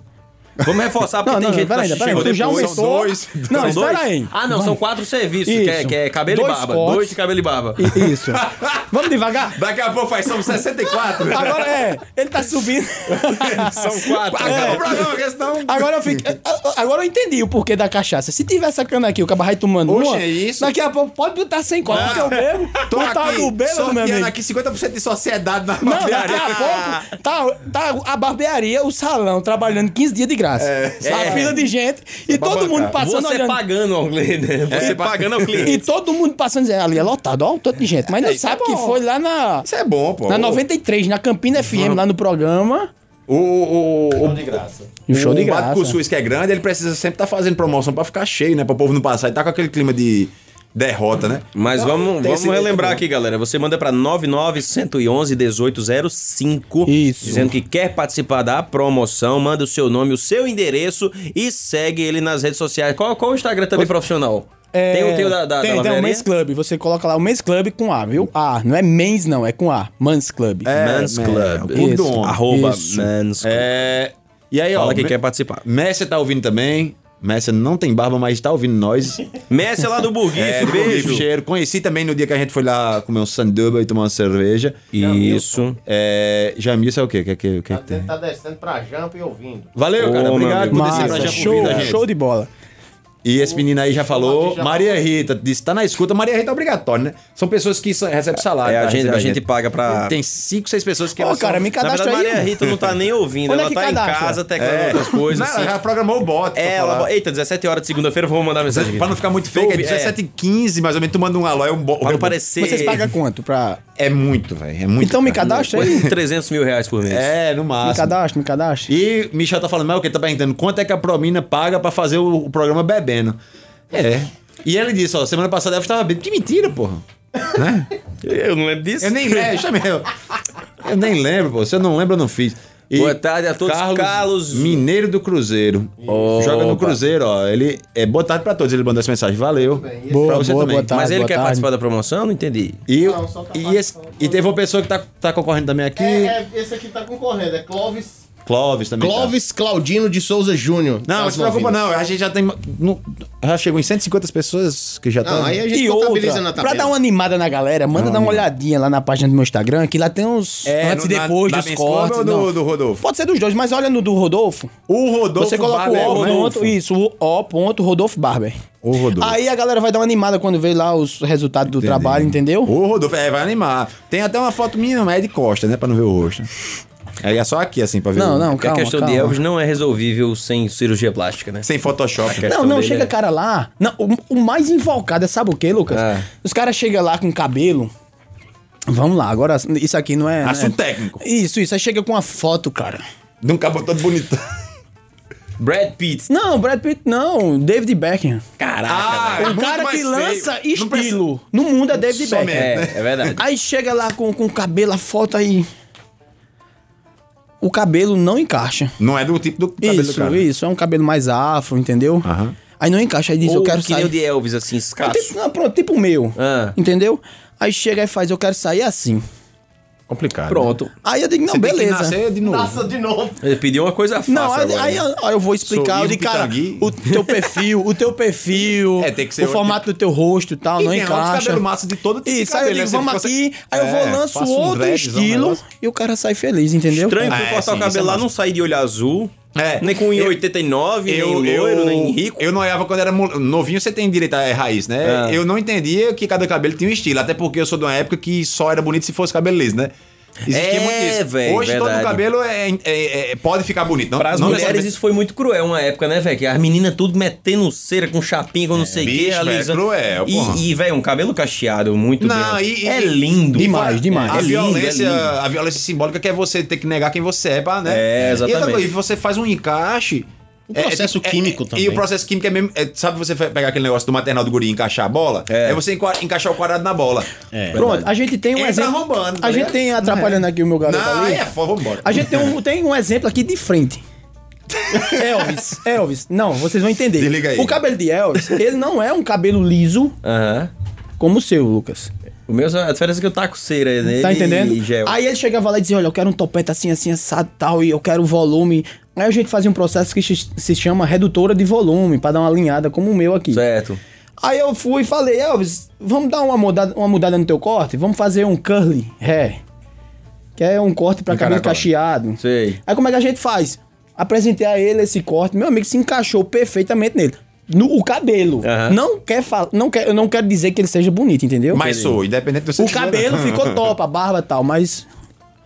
Vamos reforçar porque
Não,
tem
não,
gente
peraí,
que tá
peraí,
chegando
tu já
depois.
aumentou.
São dois.
Não,
São
espera
dois?
aí.
Ah, não, são
Vamos.
quatro serviços,
Isso.
que é, que é cabelo
Dois
e barba.
cortes.
Dois de cabelo e barba.
I- Isso. Vamos devagar?
Daqui a pouco faz, são 64.
Agora é, ele tá subindo.
São quatro.
Acaba
É.
o programa, que senão.
Agora eu fico. Agora eu entendi o porquê da cachaça. Se tiver essa cana aqui, o cara vai tomando
Oxe,
uma,
é isso? Ah.
daqui a pouco pode botar sem copo, porque eu bebo.
Tô
Tu tá
aqui,
no bêbado, meu
sorteando
amigo.
aqui 50% de sociedade na
Não, daqui
barbearia.
a pouco tá, tá a barbearia, o salão, trabalhando 15 dias de graça. A
É.
fila de gente
É
e todo mundo passando
Você
olhando. É,
pagando ao cliente. né? Você pagando ao
E
cliente.
todo mundo passando dizendo, ali é lotado, ó, o tanto de gente. Mas não
É, isso
sabe
é
que
bom.
foi lá na,
Isso é bom, pô.
na 93, na Campina FM, lá no programa.
O. O. O. o de graça.
E o Um show de
Bate
graça.
com o Suíço, que é grande, ele precisa sempre estar fazendo promoção pra ficar cheio, né? Pra o povo não passar. E tá com aquele clima de derrota, né?
Mas vamos,
tem esse
vamos relembrar
detalhe.
aqui, galera. Você manda para 99111-1805.
Isso.
Dizendo que quer participar da promoção. Manda o seu nome, o seu endereço e segue ele nas redes sociais. Qual, qual o Instagram também profissional? Tem o teu da, da,
É, tem, um
da
tem o
barbearia?
Men's Club. Você coloca lá o Men's Club com A, viu? A, não é Men's não, é com A. Men's Club.
É,
Men's
man,
Club.
o clube do
É, Isso.
homem.
Arroba
Isso.
Men's Club.
É. E aí, ó.
Fala que
Me-
quer participar.
Messi tá ouvindo também. Messi não tem barba, mas tá ouvindo nós.
Messi é lá do Burguife,
É,
beijo.
Cheiro. Conheci também no dia que a gente foi lá comer um sanduba e tomar uma cerveja.
Isso.
É, Jamil, é o quê? O que, é que, o que, é que tem?
Tá descendo pra jampa e ouvindo.
Valeu,
Ô,
cara.
meu
Obrigado por
amigo.
descer pra
Massa,
já
show,
convida, gente.
show de bola.
E esse menino aí já falou.
já
Maria Rita disse: tá na escuta. Maria Rita é obrigatório, né? São pessoas que só- recebem salário.
É, a
pra
gente,
receber
a gente paga pra...
Tem cinco, seis pessoas que.
Ô,
elas
cara,
são-
me
Na
cadastra
verdade,
aí.
Maria Rita não tá nem ouvindo.
Onde é
ela
que
tá em
cadastra?
casa teclando outras
Não,
coisas.
ela
assim.
já programou o bot. pra
É, ela-
falar.
Eita, 17 horas de segunda-feira, eu vou mandar mensagem. aqui.
Pra não ficar muito feio, que é
Ouve,
17 15 mais ou menos, tu manda um alô, é um bo...
Pra não parecer.
Vocês pagam quanto pra...
É muito, velho. É muito.
Então me
cara.
cadastra
Coisa
aí.
de 300 mil reais por mês.
É, no
Me
máximo.
cadastra, me cadastra.
E Michel tá falando, mas o que? Tá perguntando quanto é que a Promina paga pra fazer o, o programa bebendo. É. E ele disse, ó, semana passada eu estava bebendo. Que mentira, porra.
Eu não lembro disso.
Eu nem lembro, deixa eu ver. Eu nem lembro, pô. Se eu não lembro, eu não fiz. E
Boa tarde a todos, Carlos.
Mineiro do Cruzeiro. Joga no
Opa.
Cruzeiro, ó. Ele, é, boa tarde pra todos. Ele mandou essa mensagem. Valeu.
Boa, boa, boa tarde.
Mas ele
boa
quer
tarde.
participar da promoção? Eu Não entendi.
E,
só pra
e, esse- e teve uma pessoa que tá, tá concorrendo também aqui.
É, é, esse aqui tá concorrendo, é Clóvis.
Clóvis também. tá.
Clóvis Claudino de Souza Júnior.
Não, é não
As
se preocupa,
novinhas.
não. A gente já tem. não- já chegou em 150 pessoas que já estão.
Não, aí a gente
E
contabiliza na
outra,
tabela.
pra dar uma animada na galera, manda dar uma olhadinha lá na página do meu Instagram, que lá tem uns
É,
antes e
no- na-
depois
na
dos
Men's Club
cortes.
ou do-
não.
do Rodolfo?
Pode ser dos dois, mas olha no do Rodolfo.
O Rodolfo.
Você coloca
Barber,
o O,
né?
ponto, isso, o O ponto Rodolfo Barber.
O Rodolfo.
Aí a galera vai dar uma animada quando vê lá os resultados do trabalho, entendeu?
O Rodolfo. É, vai animar. Tem até uma foto minha, mas é de costa, né? Pra não ver o rosto. Aí é só aqui, assim, pra ver.
Não,
o-
não,
Porque
calma,
a questão
calma.
de Elvis não é resolvível sem cirurgia plástica, né?
Sem Photoshop.
Não, não,
dele,
chega
né?
cara lá. Não, o, o mais invocado é sabe o quê, Lucas?
Ah.
Os caras chegam lá com cabelo. Vamos lá, agora isso aqui não é.
Assunto
não é-
técnico.
Isso, isso. Aí chega com uma foto, cara.
De um cabo todo bonito.
Brad Pitt.
Não, Brad Pitt não, David Beckham.
Caraca,
Tá
velho.
o Um cara que lança estilo no mundo é David
Somente,
Beckham.
É, é verdade.
Aí chega lá com, com o cabelo, a foto aí. O cabelo não encaixa.
Não é do tipo do cabelo
isso,
do cara.
isso. É um cabelo mais afro, entendeu?
Aham.
Aí não encaixa. Aí diz,
Ou
eu quero
que nem
sair. É
o de Elvis, assim, escasso.
Tipo, não, pronto, tipo o meu.
Ah.
Entendeu? Aí chega e faz, eu quero sair assim.
Complicado. né?
Pronto.
Aí eu digo, não,
Você tem que
beleza.
nascer de novo.
Nossa, de novo.
Ele pediu uma coisa fácil.
Não, aí,
agora,
aí
né?
eu- aí eu vou explicar.
Sorriso
Eu digo, cara,
pitangui.
o teu perfil, o teu perfil,
É, tem que ser
o
outro
formato do teu rosto e tal,
E
não
tem outros
encaixa.
cabelo massa de todo tipo de
Isso, aí eu
cabelo, né?
digo,
Você
vamos
consegue-
aqui, aí eu vou,
É,
lanço
faço um
outro
dreadzão, um
estilo
negócio.
e o cara sai feliz, entendeu?
Estranho que
É,
eu cortar
sim,
o
isso é
cabelo lá
massa.
não sair de olho azul.
É.
Nem com
Eu-
1,89, nem
Eu,
loiro,
eu,
nem rico.
eu noiava quando era mo- novinho, você tem direito a é raiz, né?
Ah.
É.
Eu não entendia que cada cabelo tinha um estilo, até porque eu sou de uma época que só era bonito se fosse cabelo liso, né?
É, véi,
Hoje
verdade.
todo cabelo é, é- é- pode ficar bonito. Não,
Para as
não
mulheres
necessariamente-
isso foi muito cruel uma época, né, velho? Que As meninas tudo metendo cera com chapinha, com não sei o que,
É. bicho, velho,
alisando.
cruel, porra.
e, e velho, um cabelo cacheado muito
Não,
bem.
e- e-
é lindo.
Demais, demais.
A
É lindo,
violência,
é lindo.
a violência simbólica que é você ter que negar quem você é, pra, né?
É, exatamente.
E, outra coisa, e você faz um encaixe.
O processo químico também.
E o processo químico é mesmo. é, sabe você fe- pegar aquele negócio do maternal do guri e encaixar a bola?
É.
é você enqua- encaixar o quarado na bola.
É.
Pronto, a gente tem um
Ele tá
exemplo.
roubando, tá
a gente
ligado?
tem atrapalhando aqui o meu garoto
tá
Não,
ali.
aí é foda, vambora.
A gente tem um, tem um exemplo aqui de frente. Elvis, Elvis, não, vocês vão entender.
Desliga aí.
O cabelo de Elvis, ele não é um cabelo liso
Aham.
como o seu, Lucas.
O meu, a diferença é que eu taco cera nele
Tá entendendo?
e gel.
Aí ele chegava lá e dizia: Olha, eu quero um topete assim, assim, assado tal, e eu quero volume. Aí a gente fazia um processo que se se chama redutora de volume, pra dar uma alinhada como o meu aqui.
Certo.
Aí eu fui e falei: Elvis, vamos dar uma mudada, uma mudada no teu corte? Vamos fazer um curly hair, que é um corte pra cabelo
Encaracolado.
cacheado.
Sei.
Aí como é que a gente faz? Apresentei a ele esse corte, meu amigo se encaixou perfeitamente nele. No, o cabelo.
Aham.
Não quer falar. Não quer, eu não quero dizer que ele seja bonito, entendeu?
Mas sou, independente do seu né?
O
né?
cabelo ficou top, a barba e tal, mas.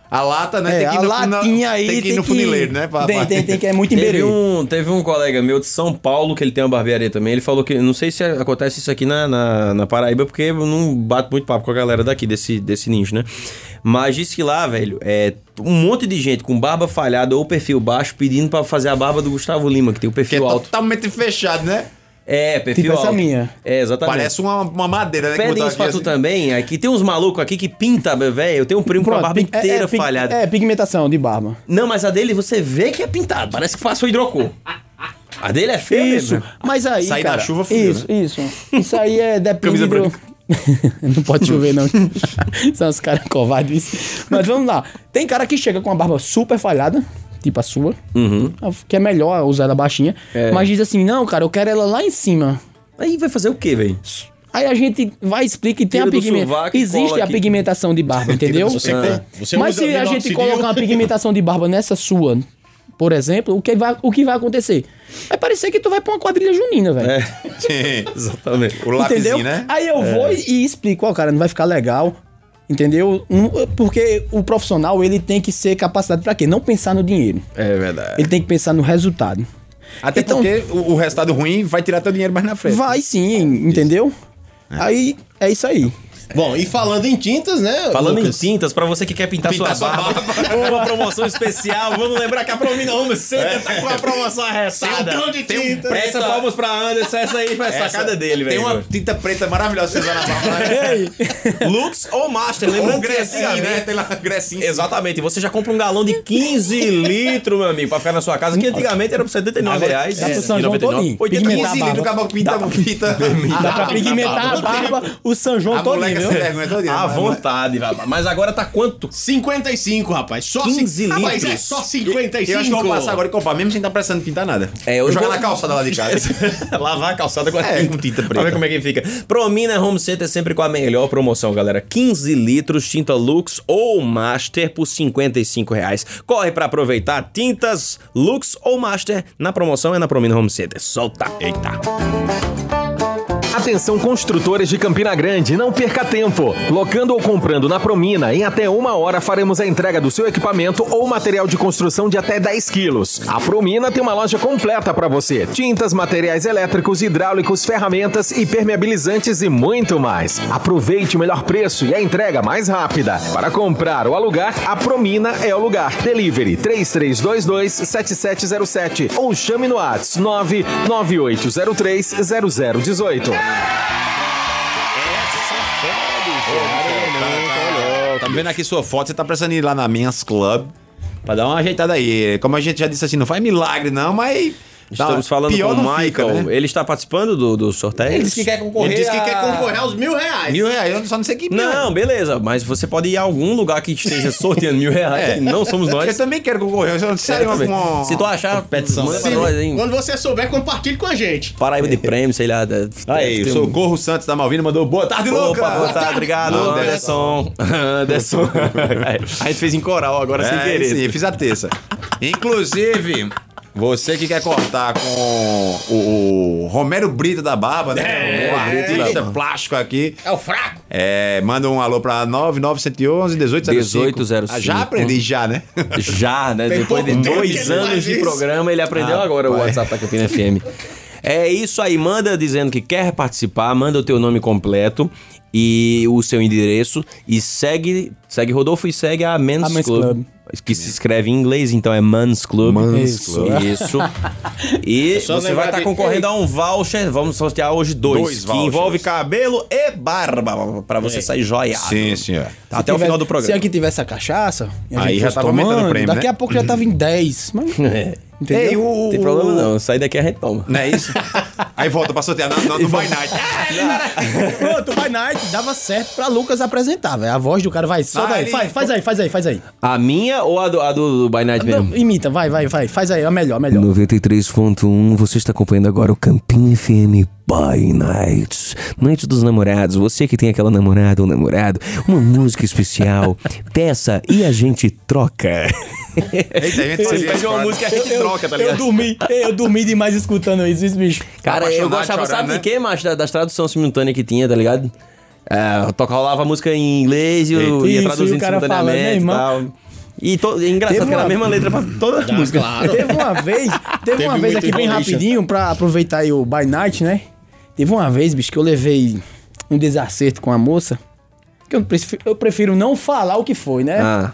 A lata, né?
É,
tem que ir
a
no funa-
latinha aí.
Tem que ir no funileiro, né? pra-
Tem,
pra-
tem, tem, que é muito
Teve
emberê.
um, teve um colega meu de São Paulo, que ele tem uma barbearia também, ele falou que, não sei se acontece isso aqui na, na, na Paraíba, porque eu não bato muito papo com a galera daqui, desse, desse nicho, né? Mas disse que lá, velho, é um monte de gente com barba falhada ou perfil baixo pedindo pra fazer a barba do Gustavo Lima, que tem o
Que é
perfil alto.
totalmente fechado, né?
É, perfil
Tipo
alto.
essa minha.
É, exatamente.
Parece uma, uma madeira, né? que
Pedem
botaram
isso pra
aqui,
tu
assim.
também. Aqui tem uns malucos aqui que pinta, velho. Eu tenho um primo com a barba
pig- é-
inteira
é, pig-
falhada.
É, pigmentação de barba.
Não, mas a dele você vê que é pintado. Parece que passou hidrocor. A dele é feia
Isso.
mesmo.
Mas aí.
Sair da
cara,
chuva fudeu,
Isso,
né?
isso. Isso aí é depende
Camisa
do...
branca.
não pode chover, não. São os caras covardes. Mas vamos lá. Tem cara que chega com a barba super falhada, tipo a sua, que é melhor usar ela baixinha.
Uhum. É.
Mas diz assim: não, cara, eu quero ela lá em cima.
Aí vai fazer o quê, velho?
Aí a gente vai explica e tem
Tira
a
do
pigmentação.
sovaco e
Existe
cola
a
aqui.
pigmentação de barba, entendeu?
Você
É.
tem. Você
Mas
usa
se a gente
minoxidil.
colocar uma pigmentação de barba nessa sua, por exemplo, o que vai, o que vai acontecer? Vai parecer que tu vai pra uma quadrilha junina, velho.
É,
Sim.
exatamente.
O
Entendeu?
lapisinho, né?
Aí eu vou e explico, ó, cara, não vai ficar legal. Entendeu? Não- Porque o profissional, ele tem que ser capacitado pra quê? Não pensar no dinheiro.
É verdade.
Ele tem que pensar no resultado.
Até
Então-
porque o, o resultado ruim vai tirar teu dinheiro mais na frente.
Vai sim, entendeu? Aí é isso aí.
Bom, e falando em tintas, né?
Falando
Lucas?
em tintas, pra você que quer pintar,
Pintar
sua
sua
barba, uma promoção especial. Vamos lembrar que a Promina Home Center tá com a promoção arrestada.
Tem um tão de tinta.
Essa palmas pra Anderson, essa aí foi a sacada dele,
Tem
velho.
uma tinta preta maravilhosa que você usa na barba. né?
Lux ou Master, lembrando
Ou
que
grecinha, né?
antigamente-
Tem lá grecinha.
Exatamente, você já compra um galão de 15 litros, meu amigo, pra ficar na sua casa, que antigamente era por R$ 79 reais.
dá pro São João
99.
todinho.
80
Pigmentar a
Esse
barba.
do caboclo pinta, pinta. Tá,
Dá pra pigmentar a barba, o São João
A
todo,
moleca se
viu?
vergonha né? todo dia.
À
Vai,
vontade, rapaz. mas agora tá quanto?
55, rapaz. Só
15
cinco- Rapaz, é
litros.
só
vai.
55.
Eu acho que eu vou passar agora e comprar, mesmo sem estar precisando pintar nada.
É, eu
jogo
vou-
na calçada lá de casa.
Lavar a calçada com, a
É, com tinta preta.
Pra ver como é que fica. Promina Home Center sempre com a melhor promoção, galera. 15 litros, tinta Lux ou Master por R$ 55 reais. Corre pra aproveitar tintas Lux ou Master. Na promoção é na Promina Home Center. Solta. Eita.
A
Atenção construtores de Campina Grande, não perca tempo. Locando ou comprando na Promina, em até uma hora faremos a entrega do seu equipamento ou material de construção de até 10 quilos. A Promina tem uma loja completa para você. Tintas, materiais elétricos, hidráulicos, ferramentas, impermeabilizantes e muito mais. Aproveite o melhor preço e a entrega mais rápida. Para comprar ou alugar, a Promina é o lugar. Delivery 3322-7707 ou chame no WhatsApp 99803-0018.
Tá vendo aqui sua foto, você tá precisando ir lá na Men's Club pra dar uma ajeitada aí. Como a gente já disse assim, não faz milagre não, mas... dá-
Estamos falando
Tá pior
com o
não fica,
Michael.
né?
Ele está participando do, do sorteio?
Ele disse que quer concorrer.
Ele disse que
a-
quer concorrer
aos mil reais.
Mil reais, eu só não sei que mil.
Não, beleza. Mas você pode ir a algum lugar que esteja sorteando mil reais.
É.
Não somos
Eu
nós.
também quero concorrer, eu só não sei
Eu também.
uma...
Se tu achar, petição, manda pra
Sim.
nós, hein?
Quando você souber, compartilhe com a gente.
Paraíba de prêmio, sei lá. da-
Aí,
tem
o
um-
Socorro Santos da Malvina mandou boa tarde, é, Lucas!
Opa, boa tarde, obrigado, Anderson. Anderson. É, a gente fez em coral agora sem
É,
querer.
sim, fiz a terça. Inclusive, você que quer cortar com o, o Romero Brito da Barba, né? um artista plástico aqui.
É o fraco.
É, manda um alô pra 9911 1805.
1805.
Ah, já aprendi já, né?
Uhum. Já, né?
Tem
Depois de
pouco tempo que
dois
ele
anos
faz
de
isso.
programa, ele aprendeu agora o WhatsApp da Campina FM. É isso aí, manda dizendo que quer participar, manda o teu nome completo e o seu endereço e segue, segue Rodolfo e segue a Men's,
A Men's
Club.
Club.
Que se escreve em inglês, então é Men's Club.
Men's
isso.
Club.
Isso. E
É só
você vai
lembrar
estar
de-
concorrendo a um voucher. Vamos sortear hoje dois.
Dois
que
vouchers.
envolve cabelo e barba. Pra
É.
você sair joiado.
Sim, senhor.
Até o
Tivesse-
final do programa.
Se aqui tivesse a cachaça, e a
Aí
gente
já
fosse
tava aumentando o
tomando,
prêmio,
Daqui
né?
a pouco já tava em 10. Mas, entendeu?
Ei, o-
Não tem problema não, sair daqui a gente toma.
Não é isso? Aí volta pra sortear na- na- no By Night. Ah, ele era-
Pronto, o By Night dava certo pra Lucas apresentar, velho. A voz do cara vai. Solta
Ah,
aí,
ele-
faz, faz aí, faz aí, faz aí.
A minha ou a do, a do, do By Night
Não, imita, vai, vai, vai. Faz aí, a melhor, a melhor.
93.1, você está acompanhando agora o Campinho FM By Night. Noite dos namorados, você que tem aquela namorada ou namorado, uma música especial, peça e a gente troca.
É, Eita, a gente se
pede uma
discorda.
música, a gente troca, tá ligado?
Eu dormi, eu dormi demais escutando isso, isso, bicho.
Cara, eu
Apaixonado,
gostava,
chorando,
sabe
né?
de quê, macho? Da- Das traduções simultâneas que tinha, tá ligado? É, toca rolava a música em inglês e eu
Eita.
ia
Isso, e
traduzindo
o cara
simultaneamente e
falando,
tal. E to- é engraçado
Teve
que era a
uma-
mesma letra pra toda a música.
Claro.
Teve uma vez, teve, uma
Teve
vez
muito
aqui bem
boliche.
rapidinho, pra aproveitar aí o By Night, né? Teve uma vez, bicho, que eu levei um desacerto com a moça. Que eu prefiro, eu prefiro não falar o que foi, né?
Ah,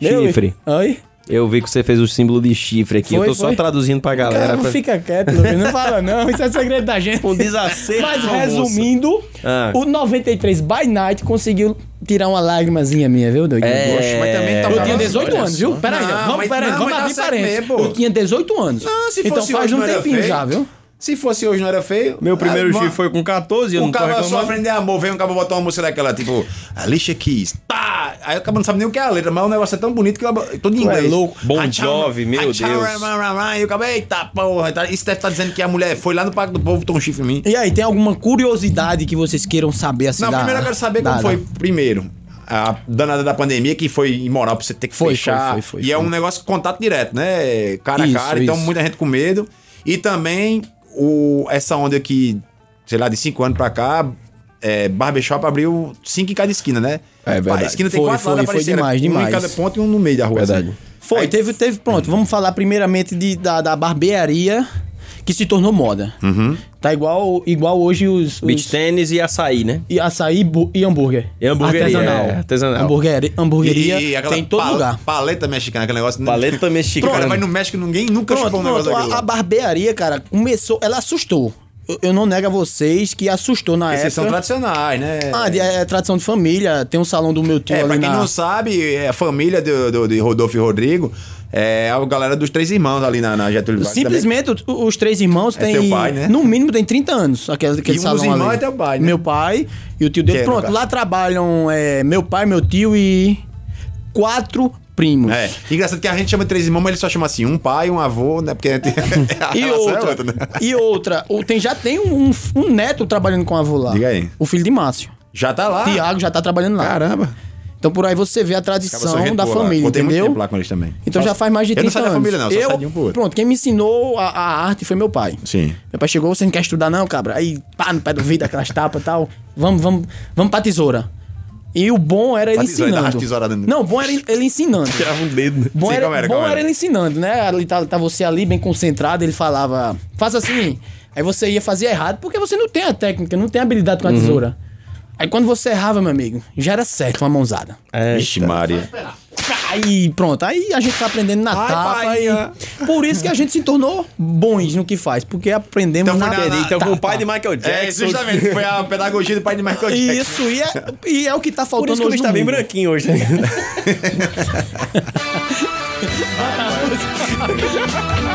Meu,
chifre.
Oi?
Eu vi que você fez o símbolo de chifre aqui. eu
Foi,
tô só
foi.
traduzindo pra galera.
Cara, não
É, pra-
fica quieto, Lucas. Não fala não. Isso é segredo da gente.
Um desacerto
Mas
com a
resumindo,
Ah.
o 93 By Night conseguiu tirar uma lágrimazinha minha, viu, doido?
É.
Poxa,
Mas também tá
Eu
tocava-
tinha 18
Olha
anos,
só.
viu? Peraí,
Não,
vamos,
mas-
peraí,
não,
vamos
mas dá
abrir
certo
parênteses.
mesmo, pô.
Eu tinha 18 anos.
Não, se fosse
então faz
hoje,
um
não era
tempinho
feio.
já, viu?
Se fosse hoje, não era feio.
Meu primeiro
Ah,
chifre
uma-
foi com 14, eu
O
não tô
cara
reclamando.
sofre de amor, vem um cara botar uma música daquela, tipo, Alicia Keys, pá! Aí o cara não sabe nem o que é a letra, mas o negócio é tão bonito que eu, todo em
é
inglês.
louco. Bon
Achara-
Jovi, meu
Achara-
Deus.
E o cara, eita porra, tá- isso deve estar dizendo que a mulher foi lá no Parque do Povo, botou um chifre em mim.
E aí, tem alguma curiosidade que vocês queiram saber assim?
Não,
da-
primeiro eu quero saber como
da-
foi, primeiro, a danada da pandemia, que foi imoral pra você ter que
Foi,
fechar.
foi, foi, foi,
e é
foi.
um negócio de contato direto, né? Cara
Isso,
a cara, então
isso.
muita gente com medo. E também o, essa onda que, sei lá, de cinco anos pra cá, é, barbershop abriu cinco em cada esquina, né?
É verdade.
A esquina tem
Foi,
quatro
foi,
lados
foi
aparecendo,
demais,
um em
demais.
cada ponto e um no meio da rua.
Verdade.
assim.
Foi, teve, teve, pronto. Vamos falar primeiramente de, da, da barbearia que se tornou moda.
Uhum.
Tá igual, igual hoje os.
Beach
os
tênis e açaí, né?
e açaí bu- e hambúrguer.
E hamburgueria,
Artesanal.
é, artesanal.
Hamburgueri- hamburgueria
E, e aquela
tem em todo
pal-
lugar.
Paleta mexicana, aquele negócio. né?
Paleta mexicana.
O cara vai no México ninguém nunca
Pronto,
chupou um negócio
pronto,
daquele
a,
lá.
a barbearia, cara, começou. Ela assustou. Eu, eu não nego a vocês que assustou na
Esses são
época.
tradicionais, né?
Ah, de- é, tradição de família. Tem um salão do meu tio
É,
ali
pra quem
na-
não sabe, é, a família do, do- de Rodolfo e Rodrigo é a galera dos três irmãos ali na, na Getúlio Vargas.
Simplesmente o- os três irmãos
tá É
têm.
teu pai, né?
No mínimo tem 30 anos. Aquele, aquele
E um
salão
dos irmãos
ali.
é teu pai, né?
Meu pai e o tio dele.
Que é, no
Pronto,
caso.
lá trabalham é, meu pai, meu tio e quatro primos.
também. É. Engraçado que a gente chama de três irmãos, mas ele só chama assim, um pai, um avô, né? Porque a
E
relação é
outra,
né?
e outra, o- tem, já tem um, um neto trabalhando com a avó lá.
Diga aí.
O filho de Márcio.
Já tá lá.
Tiago já tá trabalhando lá.
Caramba.
Então por aí você vê a
Acaba
tradição
sorrindo,
da
pô, lá.
família,
Contei muito
entendeu?
tempo lá com eles também.
Então
Só-
já faz mais de
Eu não
30
saio da
anos.
família, não, só saio de um pro outro.
Pronto, quem me ensinou a, a arte foi meu pai.
Sim.
Meu pai chegou, você não quer estudar não, cabra? Aí, pá, no pé do vidro, aquelas tapas e tal. Vamos, vamos, vamos pra tesoura. E o bom era ele
Pra tesoura, ele dava
ensinando.
tesourada no-
Não, o bom era ele ele ensinando.
Tirava um dedo.
Bom,
Sim,
era,
calma aí,
bom
calma aí.
era ele ensinando, né? Ele tá, tá você ali bem concentrado, ele falava, faça assim. Aí você ia fazer errado, porque você não tem a técnica, não tem a habilidade
Uhum.
com a tesoura. Aí quando você errava, meu amigo, já era certo uma mãozada.
É.
Vixe, Maria.
Aí pronto, aí a gente tá aprendendo na
Ai,
tapa.
Bahia.
e- Por isso que a gente se tornou bons no que faz, porque aprendemos
Então
na,
foi na- na-
Então,
tapa.
com o pai de Michael
É,
Jackson.
justamente. Foi a pedagogia do pai de Michael
E
Jackson.
Isso, e é, e é o que tá
né? Por
faltando
isso que o
hoje
bicho
no
tá bem
mundo.
branquinho hoje. né?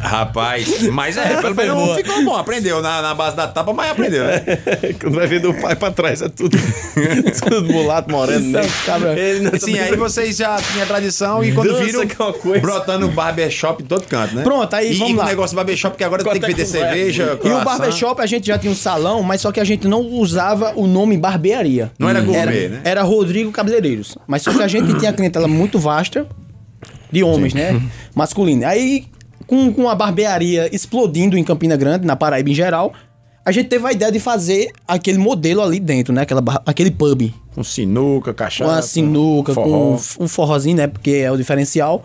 Rapaz, mas é, pelo menos ficou bom. Aprendeu na, na base da tapa, mas aprendeu, né?
Quando vai ver do pai pra trás, é tudo. tudo mulato, moreno, né?
cabra.
Ele não-
Sim, Assim, aí vocês já tinham tradição e quando
Dança,
viram,
que é uma coisa.
brotando barbershop em todo canto, né?
Pronto, aí
e,
vamos
e
lá.
o negócio do barbershop, que agora tem que vender cerveja,
E o
croissant.
barbershop, a gente já tinha um salão, mas só que a gente não usava o nome barbearia.
Não era gourmet,
era, um
né?
Era Rodrigo Cabeleireiros. Mas só que a gente tinha clientela muito vasta de homens, né? Masculina. Aí, com, com a barbearia explodindo em Campina Grande, na Paraíba em geral, a gente teve a ideia de fazer aquele modelo ali dentro, né? Aquela, bar- aquele pub.
Com sinuca,
Com
cachaça.
a sinuca, com
forró.
um f- um forrozinho, né? Porque é o diferencial.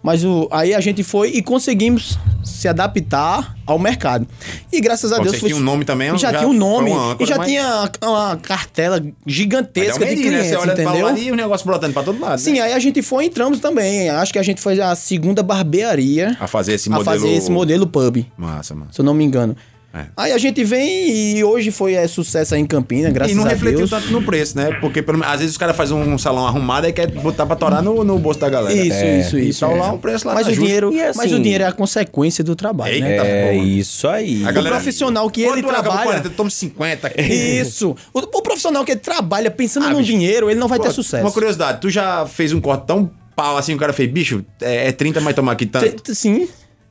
Mas o, aí a gente foi e conseguimos se adaptar ao mercado. E graças a
Bom,
Deus...
vocês
foi-
tinham um nome também,
Já,
já
tinha um
foi
nome.
uma âncora,
e já
mas-
tinha uma cartela
Mas é um
gigantesca de
menino, né?
clientes,
Você olha pra
entendeu?
lá e o negócio brotando pra todo lado.
Sim,
né?
aí a gente foi e entramos também. Acho que a gente foi a segunda barbearia
A fazer esse
é. a
modelo.
fazer esse modelo pub,
Massa, massa.
se eu não me engano.
É.
Aí a gente vem e hoje foi é, sucesso aí em Campina, graças
E não
a
refletiu
Deus.
tanto no preço, né? Porque pelo menos, às vezes os caras fazem um salão arrumado e quer botar pra torar no, no bolso da galera.
Isso,
É.
isso, isso.
Então
é.
lá o preço lá
mas
tá
o
justo.
dinheiro,
E assim-
Mas o dinheiro é a consequência do trabalho, né?
Eita,
É
porra.
isso aí.
A galera- é,
O profissional que ele
Quando eu acabo
trabalha-
40, eu tomo 50 aqui.
Isso. O, o profissional que trabalha pensando no dinheiro, ele não vai ter sucesso.
Ah, Uma curiosidade, tu já fez um corte tão pau assim, o cara fez, bicho, é, é 30, mas toma aqui tanto.
Te- te- Sim.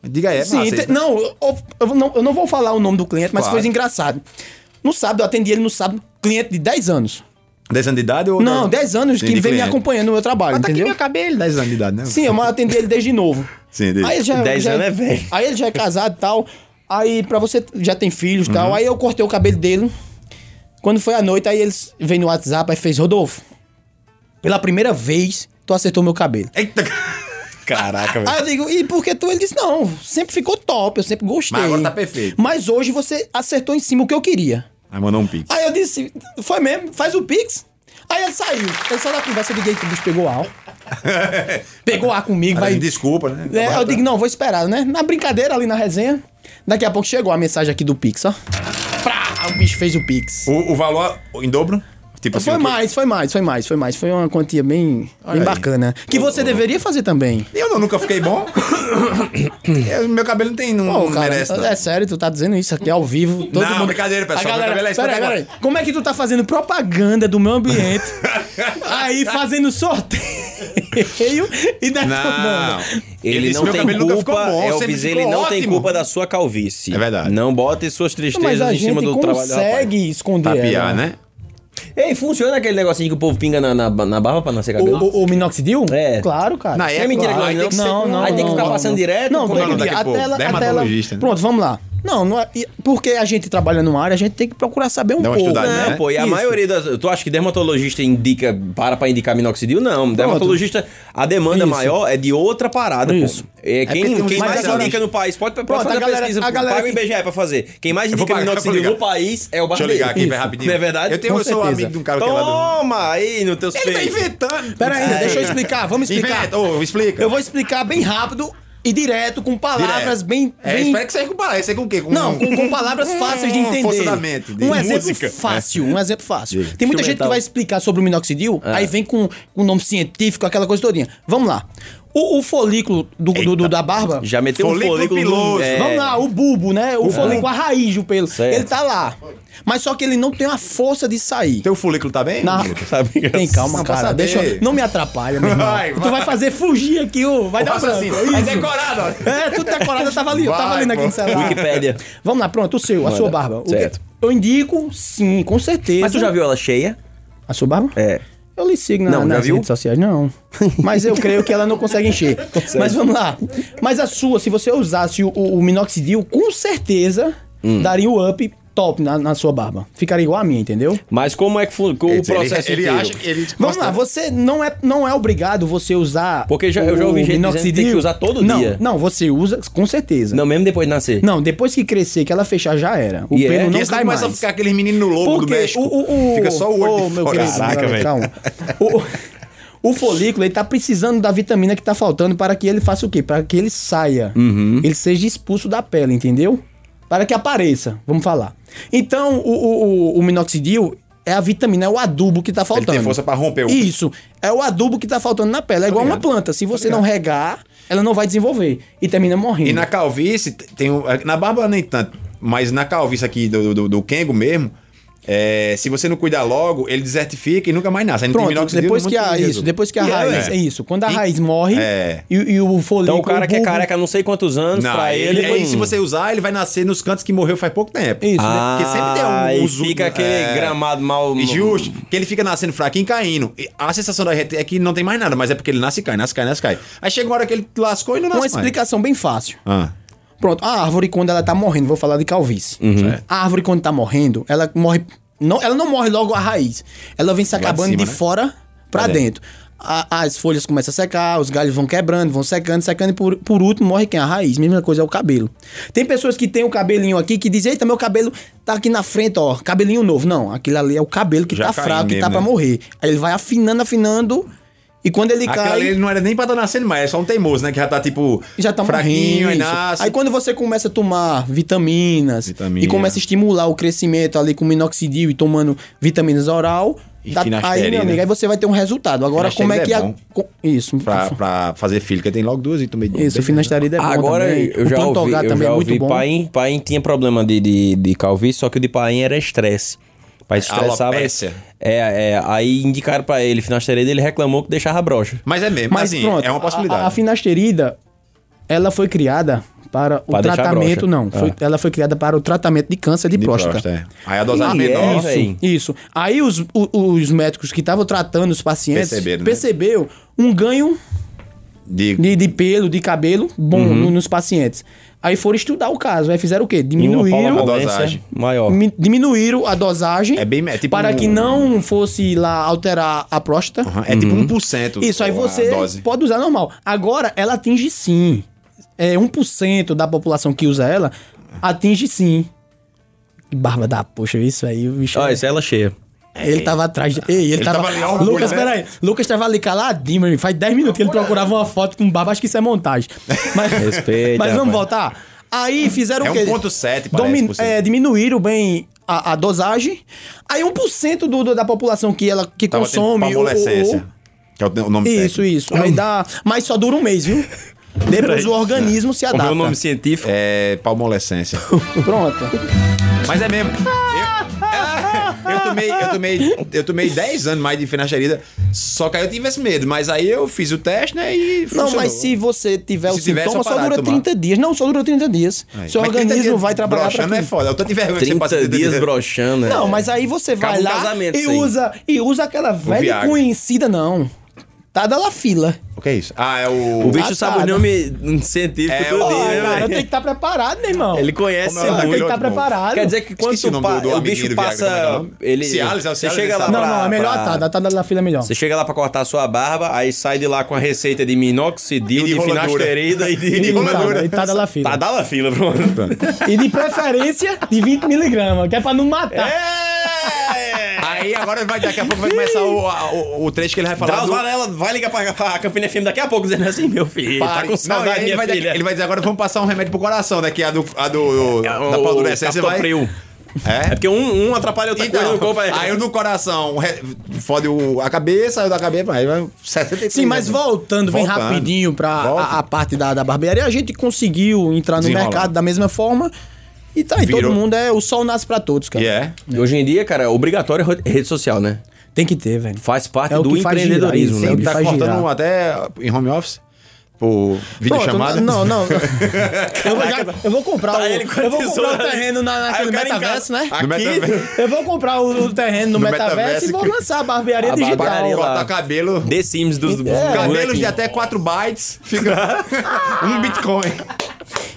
Diga aí, é
Sim,
massa
te-
isso, né?
não, eu, eu não, eu não vou falar o nome do cliente, mas
Claro.
foi engraçado. No sábado, eu atendi ele no sábado, cliente de 10 anos.
10 anos de idade ou...
Não, 10 anos que
Sim, de
vem me
cliente.
acompanhando no meu trabalho,
Mas tá aqui
entendeu?
meu cabelo, 10 anos de idade, né?
Sim, eu atendi ele desde novo.
Sim, desde-
Aí ele já,
10
já-
anos é velho.
Aí ele já é casado e tal. Aí pra você já tem filhos e
Uhum.
tal. Aí eu cortei o cabelo dele. Quando foi à noite, aí eles veio no WhatsApp e fez, Rodolfo, pela primeira vez, tu acertou meu cabelo.
Eita, caraca, velho.
Aí eu digo, e por que tu? Ele disse, não, sempre ficou top, eu sempre gostei.
Mas agora tá perfeito.
Mas hoje você acertou em cima o que eu queria.
Aí mandou um pix.
Aí eu disse, foi mesmo, faz o Pix. Aí ele saiu. Ele saiu da conversa, eu liguei, o bicho pegou ar. pegou ar comigo, vai.
Aí, desculpa, né?
É, eu digo, não, vou esperar, né? Na brincadeira ali na resenha. Daqui a pouco chegou a mensagem aqui do Pix, ó. Prá, o bicho fez o Pix.
O, o valor em dobro? Tipo
Foi
o que-
mais, foi mais, foi mais, foi mais. Foi uma quantia bem,
aí.
bem bacana. Que você deveria fazer também.
Eu não, nunca fiquei bom. Eu- meu cabelo não tem, não,
Pô,
não
cara,
merece. não.
é sério, tu tá dizendo isso aqui ao vivo. Todo
Não,
mundo...
brincadeira, pessoal,
A galera,
meu cabelo é
peraí,
isso,
peraí,
meu cabelo.
Como é que tu tá fazendo propaganda do meu ambiente? aí fazendo sorteio e dá
Não.
Ele,
disse,
não
"Meu
tem
cabelo nunca ficou
culpa,
bom,
Elvis,
sempre
ele
ficou
não tem
ótimo."
culpa da sua calvície.
É verdade.
Não bote suas
Mas
tristezas
a
em cima
gente
do trabalho do rapaz.
consegue esconder
Tapiar,
ela.
né?
Ei, funciona aquele negocinho que o povo pinga na, na, na barba pra nascer
O,
cabelo?
o, o minoxidil?
É.
Claro, cara.
Não, é
Não é mentira
claro,
que
aí
não,
tem que
não,
ser-
não, Aí tem que ficar
não,
passando
não.
direto.
Não,
como
tem
é o nome
que
daqui a
a
pouco?
tela, a tela-
Dermatologista, né?
Pronto, vamos lá. Não, não é... e- porque a gente trabalha numa área, a gente tem que procurar saber um
Dá uma
pouco.
estudada,
Não,
né?
pô, e a
Isso.
maioria das. Tu acha que dermatologista indica, para pra indicar minoxidil? Não. Dermatologista, a demanda
Isso.
maior é de outra parada,
Isso.
pô. É,
porque
quem
tem
quem
mais
mais
agora-
indica no país, pode, pode
Pronto,
fazer
a
a
galera-
pesquisa,
a galera
paga o
que-
IBGE pra fazer. Quem mais
Eu vou
indica
pagar,
minoxidil
vou ligar.
no país é o
Deixa eu
barbeiro.
ligar aqui, vai
Isso.
rapidinho.
Não é verdade?
Eu, tenho, eu sou
certeza.
amigo de um cara que é lá
Toma aí no teus
do... Ele tá
peitos.
inventando.
Pera aí,
É.
deixa eu explicar, vamos explicar.
Inventa, ô, explica.
Eu vou explicar bem rápido e direto, com palavras bem.
É,
bem-
espero que seja com palavra. Isso é com o quê? Com
Não, com, com palavras fáceis de
Hum,
entender.
força da mente, de
um exemplo
música. É.
fácil, um exemplo fácil. Tem muita gente que
Instrumental.
vai explicar sobre o minoxidil, aí vem com o nome científico, aquela coisa todinha. Vamos lá. O, o folículo do, do- do- da barba.
Já meteu
Folículo
um folículo no-
piloso.
é,
Vamos lá, o bulbo, né? O
É.
folículo, a raiz do pelo.
Certo.
Ele tá lá. Mas só que ele não tem a força de sair.
Teu folículo tá bem?
Na...
Lucas?
Sabe?
Tem calma, cara.
saber.
Deixa eu... Não me atrapalha, meu irmão.
Vai, vai.
Tu vai fazer fugir aqui, ô. Vai dar
Faça assim.
branco.
É
Isso.
decorado, ó.
É, tudo decorado, eu tava ali, eu tava
Vai,
lendo aqui
pô.
no celular.
Wikipédia.
Vamos lá, pronto, o seu, a sua barba. O que-
Certo.
Eu indico, sim, com certeza.
Mas tu já viu ela cheia?
A sua barba?
É.
Eu lhe sigo na,
Não, já
nas
viu?
redes sociais, não. Mas eu creio que ela não consegue encher.
Tá
Mas vamos lá. Mas a sua, se você usasse o, o minoxidil, com certeza
Hum.
daria o up top na, na sua barba. Ficaria igual a minha, entendeu?
Mas como é que fun- o processo
ele, ele
inteiro?
acha que ele.
Vamos lá, você não é, não é obrigado você usar.
Porque já- eu já ouvi gente dizendo que tem que usar todo
não,
dia.
Não, você usa com certeza.
Não, mesmo depois de nascer.
Não, depois que crescer, que ela fechar, já era. O
E é?
pelo
Porque
não
Esse
cai mais.
começa a ficar aquele menino lobo do
Porque
México.
o, o, o-
Fica só o olho
Ô,
de
meu
fora.
querido,
Caraca, velho.
calma. O, o folículo, ele tá precisando da vitamina que tá faltando para que ele faça o quê? Para que ele saia.
Uhum.
Ele seja expulso da pele, entendeu? Para que apareça, vamos falar. Então, o, o, o- o minoxidil é a vitamina, é o adubo que tá faltando.
tem força pra romper o-
Isso. É o adubo que tá faltando na pele. É igual uma planta. Se você não regar, ela não vai desenvolver. E termina morrendo.
E na calvície, t- tem um, na barba nem tanto, mas na calvície aqui do, do, do Kengo mesmo, é, se você não cuidar logo, ele desertifica e nunca mais nasce. Aí não tem
Pronto,
minoxidil
depois
no
que
mundo
a, isso,
resolve.
depois que a
E é,
raiz,
é.
é isso, quando a
E-
raiz morre
É.
e, e o
Então
folículo...
o cara que é
bulbo-
careca há não sei quantos anos,
Não,
pra ele.
ele,
hum.
ele, se você usar, ele vai nascer nos cantos que morreu faz pouco tempo.
é Isso, né?
Ah,
Porque sempre tem um-
aí
uns-
fica aquele
é.
gramado mal.
E Justo, que ele fica nascendo fraquinho e caindo. E a sensação da gente é que não tem mais nada, mas é porque ele nasce e cai, nasce, cai, nasce, cai. Aí chega uma hora que ele lascou e não nasce
Uma
mais.
explicação bem fácil.
Ah.
Pronto, a árvore quando ela tá morrendo, vou falar de calvície.
Uhum.
A árvore quando tá morrendo, ela morre. Não, ela não morre logo a raiz. Ela vem se
de
acabando de,
cima, né?
fora pra
Pra
dentro. A- as folhas começam a secar, os galhos vão quebrando, vão secando, secando, e por, por último morre quem? A raiz. Mesma coisa é o cabelo. Tem pessoas que têm o cabelinho aqui que dizem, eita, meu cabelo tá aqui na frente, ó, cabelinho novo. Não, aquilo ali é o cabelo que
Já
tá
caiu
fraco, que
mesmo,
tá pra
né?
morrer. Aí ele vai afinando, afinando, e quando ele
Aquela
cai.
ali ele não era nem pra estar nascendo mais, é só um teimoso, né? Que já tá tipo
já tá
fraquinho
morrendo.
e
isso.
nasce.
Aí quando você começa a tomar vitaminas
Vitamina.
e começa a estimular o crescimento ali com minoxidil e tomando vitaminas oral,
E
dá- aí,
finasterida.
meu amigo, aí você vai ter um resultado. Agora, como é que
Finasterida
a,
é bom.
co- isso
pra, pra fazer filho, que tem logo duas Ah, e tomei
isso, finasterida é bom
Agora
também. é
eu
O
já
plantogá
ouvi, eu já ouvi Paim, Paim tinha problema de, de, de calvície, só que o de Paim era estresse. Pai estressava.
Alopecia.
É, é, aí indicaram pra ele, finasterida, ele reclamou que deixava brocha.
Mas é mesmo,
Mas
assim,
pronto,
é uma possibilidade.
A, a finasterida, ela foi criada para o
Pra deixar
tratamento,
broxa.
não. Foi-
Ah.
ela foi criada para o tratamento de câncer de,
É. De
próstata.
próstata, é. Aí a dosagem
E é,
menor.
velho. Sim.
Isso, isso. Aí os, o- os médicos que estavam tratando os pacientes
Perceberam, né?
percebeu um ganho
de-
de, de pelo, de cabelo bom
Uhum.
no- nos pacientes. Aí foram estudar o caso. Aí fizeram o quê?
E uma
Diminuíram,
palmavalência
dosagem.
é maior.
mi- diminuíram a dosagem
É bem- é tipo
para
um-
que não fosse lá alterar a próstata.
Aham, É tipo 1%.
Uhum. Isso, aí
a
você
dose.
pode usar normal. Agora, ela atinge sim. É 1% da população que usa ela atinge sim. Que Barba da poxa, isso aí, o bicho.
Ó, isso é ela
Tá,
cheia.
Ele tava atrás. de- Ei, ele, tava.
tava ali, ó, orgulho,
Lucas,
né?
peraí. Lucas tava ali caladinho, meu amigo. Faz 10 minutos que ele procurava uma foto com barba. Acho que isso é montagem. Mas,
Respeita,
Mas vamos
rapaz.
voltar. Aí fizeram
É
o quê?
1,7 parece,
Domin...
por cento.
é, Diminuíram bem a, a dosagem. Aí 1% do, do, da população que ela que
Tava tendo
consome. o- o-
palmolescência, Que é o o nome
Isso,
técnico.
isso. Aí dá. Mas só dura um mês, viu? Depois o organismo se
O
adapta.
meu nome científico.
tá. É palmolescência.
Pronto.
Mas é mesmo. Eu, eu tomei, eu tomei, eu tomei 10 anos mais de finasterida, só que aí eu tivesse medo, mas aí eu fiz o teste, né, e
Não,
funcionou.
mas se você tiver
Se
o
tiver, é só
sintoma, só
parar de
dura
tomar.
30 dias. Não, só dura 30 dias.
Aí.
Seu
Mas 30
organismo
dias
vai trabalhar pra
broxando é
quê?
foda. Eu tô de vergonha de você
30
passar
dias broxando. é.
Não, mas aí você
Acaba
vai
um
lá
casamento
e
isso aí.
usa, e usa aquela velha
Viagra.
conhecida, não. Tá da la fila.
O que é isso? Ah, é o...
O
tá
bicho sabe o
Passada.
nome científico
É,
todo,
ó,
Ai,
né,
cara,
velho?
tem que estar preparado, meu irmão.
Ele conhece
Como é o nome
tem
muito.
que
daquele
estar
outro bom?
tá preparado.
Quer dizer que quando
Esqueci o
tu
nome
pa...
do- do
o
amiguinho
bicho
do Viagra, como é que é o
passa.
nome?
Ele...
Cialis, é o
Você
Cialis
chega
desse
lá
lado.
Não,
pra-
não, é melhor
pra-
tá, a tá da la fila é melhor.
Você chega lá pra cortar a sua barba, aí sai de lá com a receita de
E
minoxidil,
de
de,
roladura.
finasterida e de,
Ele tá,
roladura.
ele tá da la fila.
Tá dá la fila,
Tá.
pronto. Tá,
E de preferência, de 20 miligramas, que é pra não matar.
Aí agora vai, daqui a pouco vai começar o, a- o, o trecho que ele vai falar
Drauzio
do...
Varela vai ligar pra, pra Campina FM daqui a pouco dizendo assim, meu filho, tá
Pare.
com
Não, e
saudade,
aí ele,
minha
vai
filha.
dizer, ele vai dizer, agora vamos passar um remédio pro coração, né? Que é a do... A do, do
O-
da palmolescência
o
vai...
Captopril. É
É?
porque um, um atrapalha outra coisa no
Então,
corpo. é.
aí o do coração re- fode o, a cabeça, aí o da cabeça, aí vai 73.
Sim, mas
né?
voltando bem
Voltando.
rapidinho pra
Volta.
a, a parte da, da barbearia, a gente conseguiu entrar no
Desenrolar.
mercado da mesma forma. E tá aí,
Virou.
todo mundo é. O sol nasce pra todos, cara.
E é.
Hoje em dia, cara, é obrigatório re- rede social, né?
Tem que ter, velho.
Faz parte
É o
do
que faz girar,
empreendedorismo,
isso,
né?
é sempre
bicho?
Tá
faz
cortando
girar.
até em home office. por videochamada?
Não, não. não. eu, vou, já- eu vou comprar
Tá
o,
ele com a
eu vou comprar o
tesoura.
terreno na,
Aí
naquele
o cara em
metaverso, né?
No metaverso.
Eu vou comprar o, o terreno
No
no, metaverso,
metaverso
e vou
que-
lançar a barbearia
A
digital.
barbearia lá.
Cortar cabelo.
The Sims dos... dos
É.
Cabelos de
bonequinhos.
até 4 bytes. Fica um Bitcoin.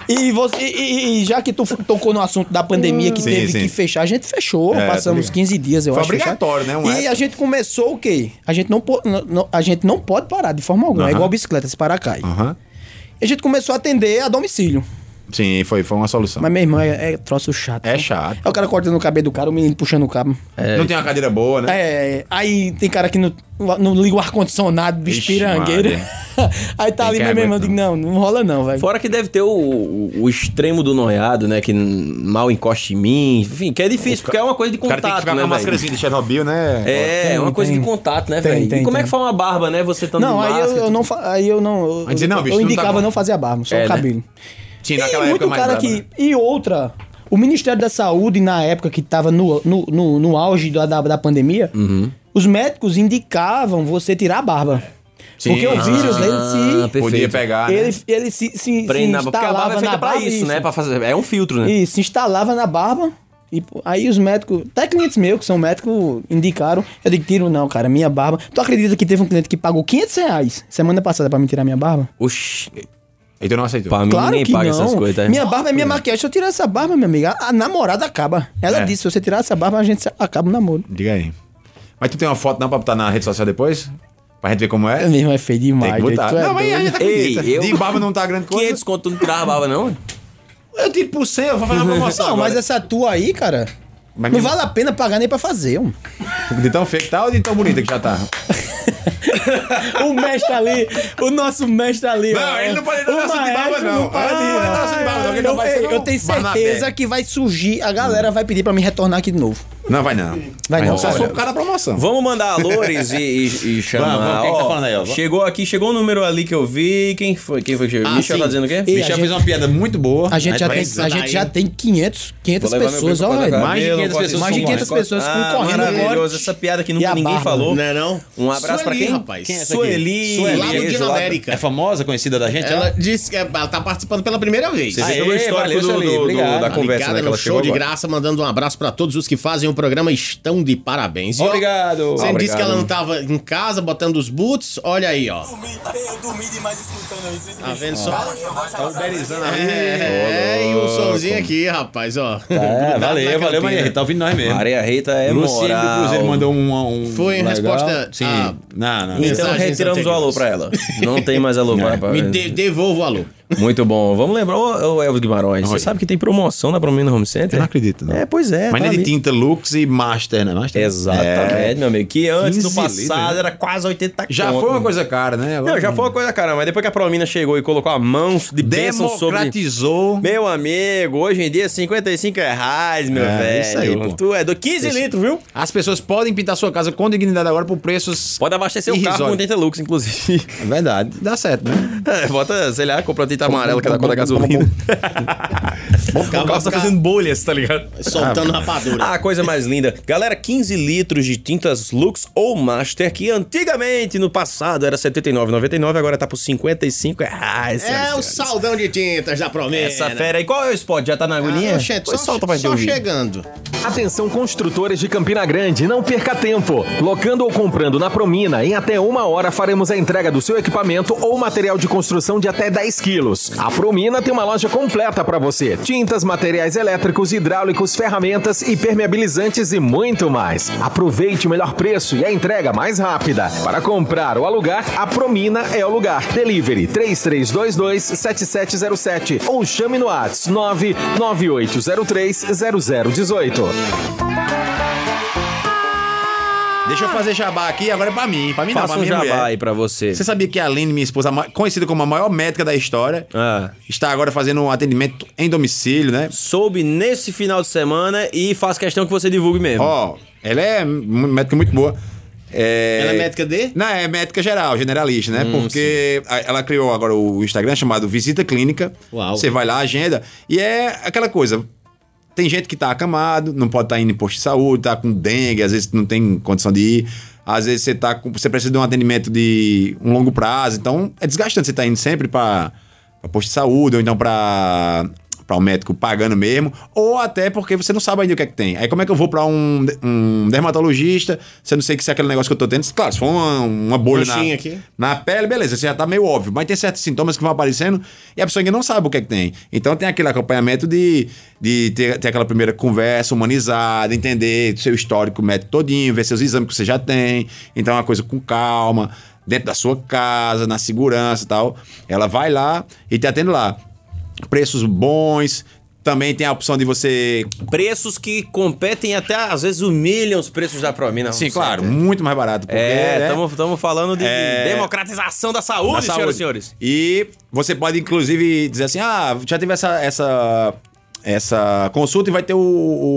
E, você, e, e- e já que tu f- tocou no assunto da pandemia que
Sim,
teve
sim.
que fechar, a gente fechou.
É,
passamos
obrigado.
15 dias, eu
Foi
acho. fechado.
obrigatório, né, uma
E
época.
a gente começou o quê? A gente não, po- não- não- a gente não pode parar de forma alguma. É
Aham. Ah.
igual bicicleta, se parar cai.
Aham.
E a gente começou a atender a domicílio.
Sim, foi, foi uma solução.
Mas minha irmã é, é troço chato.
É chato.
É o cara cortando o cabelo do cara, o menino puxando o cabo.
Não tem uma cadeira boa, né?
É, aí tem cara que não, não liga o ar-condicionado, bicho
Ixi,
pirangueiro.
Maria.
aí tá
Tem
ali,
que
mas minha irmã, eu
aguentar.
digo, não, não rola não, velho.
Fora que deve ter o, o, o extremo do noiado, né? Que n- mal encosta em mim. Enfim, que é difícil, porque é uma coisa de
O cara
contato,
tem que ficar
né,
com a
velho?
máscarazinha de Chernobyl, né?
É,
Tem,
é uma coisa
tem.
de contato, né,
Tem,
velho?
tem,
E como é
tem.
que faz uma barba, né? Você estando
Não,
de
aí
máscara,
eu, eu
tudo.
não, fa- aí eu não, eu,
Mas dizer, não, bicho,
eu
não tá
indicava
bom.
não fazer a barba, só
É,
o
né?
cabelo.
Sim,
E
naquela
muito
época mais
cara
brava,
que
né?
e outra, o Ministério da Saúde na época que tava no no, no, no auge da, da, da pandemia,
Uhum.
os médicos indicavam você tirar a barba.
Sim.
Porque o vírus, ele
Ah,
se
Podia
perfeito.
pegar, né?
ele, ele se, se, se
Prende na Porque a barba é
instalava na
feita pra
barba.
isso, né? Pra fazer... É um filtro, né?
E se instalava na barba. E pô, aí os médicos, até clientes meus que são médicos, indicaram. Eu digo, tiro não, cara, minha barba. Tu acredita que teve um cliente que pagou 500 reais semana passada pra me tirar minha barba?
Oxi,
Então não aceitou.
pra mim
Claro
nem
que
paga
não.
essas coisas, tá?
Minha barba é minha maquiagem. Se eu tirar essa barba, minha amiga, a namorada acaba. Ela
É.
disse, se você tirar essa barba, a gente se- acaba o namoro.
Diga aí. Mas tu tem uma foto não pra botar na rede social depois? Pra gente ver como
É
é?
mesmo, é feio
Tem
demais.
que botar.
doido, tu é
não, mas
doido.
a gente
Ei,
acredita.
eu-
De barba não tá grande coisa.
500 conto tu não tirava a barba, não?
Eu tiro por 100, eu vou fazer uma promoção
Não, mas assim,
agora.
essa tua aí, cara,
Mas
não
minha-
vale a pena pagar nem pra fazer. um. Homem.
De tão feio que tá ou de tão bonita que já tá?
O mestre ali, o nosso mestre ali.
Não,
ó,
ele não pode dar
o
laço de
maestro
barba, não.
pode,
Ah, não pode dar laço de barba, não, que ele não
Eu-
vai ser
eu,
um
tenho
Barnabé.
certeza que vai surgir, a galera vai pedir pra me retornar aqui de novo.
Não, vai não.
Vai não,
Só
olha.
sou por causa da promoção.
Vamos mandar alores e, e, e chamar.
Vamos, vamos, quem que tá
Ó,
falando aí, ó?
Chegou aqui, chegou um número ali que eu vi. Quem foi? Quem foi que chegou?
Ah,
Michel
sim.
tá dizendo o quê?
E-
Michel
a
fez uma piada muito boa.
A gente, já
vai
tem,
ensinar
a gente já
aí.
tem 500, 500
Vou levar meu
pessoas,
primo
ó,
pra cortar
velho.
Mais de 500
cabelo, corte
pessoas
de
Mais de
Sim,
500
corte-
pessoas
Ah,
concorrendo
maravilhoso.
agora.
Essa piada que
E a
nunca ninguém
barba, né?
falou.
Não é não?
Um abraço pra
Sueli,
quem?
rapaz.
Quem é essa aqui?
Sueli.
Sueli,
Lá do
beijo
Dino
lá-
América.
É famosa, conhecida da gente?
Ela disse que ela tá participando pela primeira vez.
Você
Aê,
viu o histórico
valeu,
do-
Sueli,
do- do-
obrigado.
da conversa,
Ligada
né? Que
no
ela
show
chegou
de
agora.
graça, mandando um abraço pra todos os que fazem o programa estão de parabéns. E, ó,
Obrigado.
Você me disse
Obrigado.
que ela não tava em casa botando os boots, olha aí, ó. Tá vendo só?
Tá uberizando
É, e o somzinho aqui, rapaz, ó. Grudado
É,
na
valeu, valeu,
campina.
Maria Rita. Tá ouvindo nós mesmo.
Maria Rita é
Luciene do Cruzeiro mandou
moral.
um. um
Foi em resposta
Sim.
a-
Não, não.
Minha-
Então
Mensagens
retiramos o
anteriores.
alô pra ela. Não tem mais alô pra pra-
Me de, devolvo o alô.
Muito bom. Vamos lembrar, ô, ô Elvis Guimarães, você sabe que tem promoção na Promina Home Center?
Eu não acredito, não.
É, pois é.
Mas
tá
nem de
ali.
tinta Lux e Master, né? Master?
Exatamente, meu amigo. Que antes do
15
passado
litros, né?
era quase 80
Já
conto.
foi uma coisa cara, né? Agora-
Não, já foi uma coisa, cara, mas depois que a Promina chegou e colocou a mão de bênção sobre...
Democratizou.
Meu amigo, hoje em dia 55 reais, meu
É,
velho.
isso aí, pô.
Tu é do 15 litros, viu?
As pessoas podem pintar sua casa com dignidade agora por preços.
Pode abastecer o carro com
irrisórios.
80 lux, inclusive.
É verdade, dá certo, né?
É, bota, sei lá, compra um uma tinta amarela que dá cor da gasolina. o carro tá fazendo bolhas, tá ligado?
Soltando rapadura.
Ah, coisa mais linda. Galera, 15 litros de tintas Lux ou Master, que antigamente, no passado, era R$ 79,99, agora tá por R$ 55 reais.
É o saldão de tintas da promessa. né?
Essa fera aí. Qual é o spot? Já tá na agulhinha?
Ah, gente,
Pois
só,
solta pra gente
só
ouvir.
chegando.
Atenção construtores de Campina Grande, não perca tempo. Locando ou comprando na Promina, em até uma hora faremos a entrega do seu equipamento ou material de construção de até 10 quilos. A Promina tem uma loja completa para você. Tintas, materiais elétricos, hidráulicos, ferramentas, impermeabilizantes e muito mais. Aproveite o melhor preço e a entrega mais rápida. Para comprar ou alugar, a Promina é o lugar. Delivery 3322-7707 ou chame no WhatsApp 998030018.
Deixa eu fazer jabá aqui, agora é pra mim. Pra mim não,
Faça
pra
um
minha
jabá
mulher.
aí pra você.
Você sabia que a Aline, minha esposa, a ma- conhecida como a maior médica da história,
Ah.
está agora fazendo um atendimento em domicílio, né?
Soube nesse final de semana e faço questão que você divulgue mesmo.
Ó, ela é mu- médica muito boa. É...
Ela é médica de?
Não, é médica geral, generalista, né?
Hum,
Porque a- ela criou agora o Instagram chamado Visita Clínica.
Uau.
Você vai lá, agenda. E é aquela coisa. tá Tem gente que tá acamado, não pode estar indo em posto de saúde, tá com dengue, às vezes não tem condição de ir. Às vezes você tá com, você precisa de um atendimento de um longo prazo, então é desgastante você tá indo sempre para posto de saúde ou então para para um médico pagando mesmo, ou até porque você não sabe ainda o que é que tem. Aí como é que eu vou para um, de- um dermatologista, se eu não sei que se é aquele negócio que eu tô tendo, claro, se for uma, uma bolha na,
Manchinha aqui.
na pele, beleza, isso já tá meio óbvio, mas tem certos sintomas que vão aparecendo e a pessoa ainda não sabe o que é que tem. Então tem aquele acompanhamento de, de ter, ter aquela primeira conversa humanizada, entender seu histórico médico todinho, ver seus exames que você já tem. Então é uma coisa com calma, dentro da sua casa, na segurança e tal. Ela vai lá e te atende lá. Preços bons, também tem a opção de você
Preços que competem até, às vezes, humilham os preços da Promina.
Sim, claro, muito mais barato. porque,
É,
né,
estamos falando de
É.
democratização da saúde,
da saúde.
senhoras e senhores.
E você pode, inclusive, dizer assim: ah, já teve essa. essa essa consulta e vai ter o,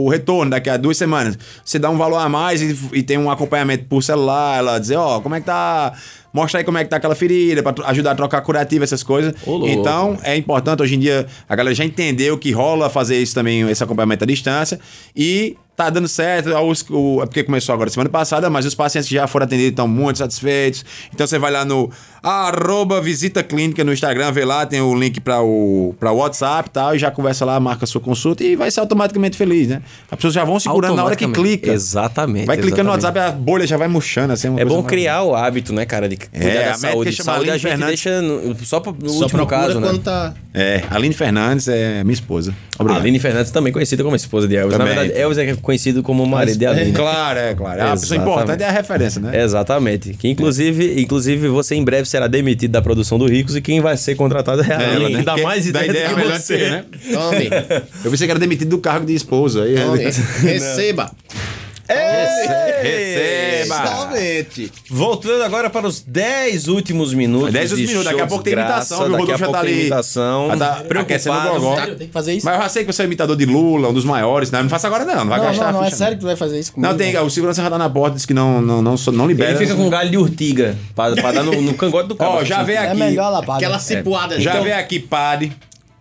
o retorno daqui a duas semanas. Você dá um valor a mais e, e tem um acompanhamento por celular, ela dizer, ó, como é que tá? Mostra aí como é que tá aquela ferida, pra tro- ajudar a trocar curativa, essas coisas.
Ô, louco.
então, é importante, hoje em dia, a galera já entendeu que rola fazer isso também, esse acompanhamento à distância. E tá dando certo, os- o- é porque começou agora semana passada, mas os pacientes que já foram atendidos estão muito satisfeitos. Então você vai lá no arroba visita clínica no Instagram, vê lá, tem o link para o pra WhatsApp e tal, e já conversa lá, marca a sua consulta e vai ser automaticamente feliz, né? As pessoas já vão segurando na hora que
Automaticamente.
clica.
Exatamente,
Vai clicando
exatamente.
no WhatsApp, a bolha já vai murchando, assim. uma
É
coisa
bom
mais- É,
criar o hábito, né, cara, de cuidar
a
da
médica
saúde.
chama
Saúde a
Aline
gente
Fernandes.
deixa no- só pro, no
Só
último
procura
caso, né?
quando tá...
É, Aline Fernandes é minha esposa.
A Aline Fernandes também conhecida como esposa de Elvis.
Também.
Na verdade, Elvis é conhecido como o marido de Aline.
Claro, é, claro. É uma pessoa
Exatamente.
importante, é a referência, né?
Exatamente. Que inclusive, inclusive você em breve será demitido da produção do Ricos e quem vai ser contratado é a
É,
Aline,
né?
que dá
Porque
mais
dá
ideia,
ideia
do que
melhor que
você.
você, né?
Tome,
Eu pensei que era demitido do cargo de esposo. Aí,
tome, receba.
Receba!
Exatamente.
Voltando agora para os 10 últimos minutos.
10 últimos
de
minutos, daqui a
show
pouco tem imitação,
desgraça,
viu? O
Daqui a
Rodolfo já
pouco
tá
tem
ali.
imitação.
Já tá aquecendo o
preocupado.
gogó.
Sério, tem que fazer isso?
Mas eu já sei que você é imitador de Lula, um dos maiores. Não, não faça agora não, não vai
não,
gastar
não, não,
a
é
ficha.
sério que tu vai fazer isso comigo?
Não, tem,
né?
o segurança já tá na porta, disse que não, não, não, so- não libera.
Ele fica com um galho de urtiga pra, pra dar no, no cangote
Ó,
do cara.
já veio
É
aqui.
melhor lá, padre.
Aquela cipuada.
Já
Então,
veio aqui padre,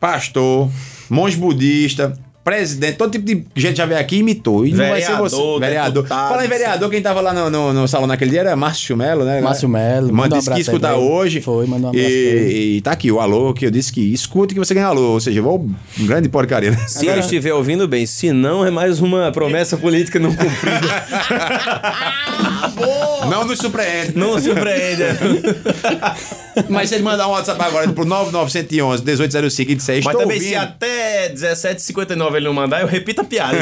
pastor, monge budista, presidente, todo tipo de gente já veio aqui e imitou. E não vai ser
Vereador,
você. Vereador.
deputado,
Fala em vereador, quem tava lá no, no, no salão naquele dia era Márcio Melo, né?
Márcio Melo,
Manda
manda um
disse que
abraço aí
escuta
pra ele.
hoje.
Foi, manda um abraço pra
E,
ele.
e tá aqui o alô, que eu disse que escuta que você ganha alô. Ou seja, eu vou um grande porcaria, né?
Se eu estiver ouvindo bem, se não, é mais uma promessa política não cumprida.
Não nos surpreende.
não surpreenda.
Mas se ele mandar um WhatsApp agora pro 9911 1805 e
"É,
disser,
Mas
estou
também se
ouvindo.
até 17h59 ele não mandar, eu repito a piada.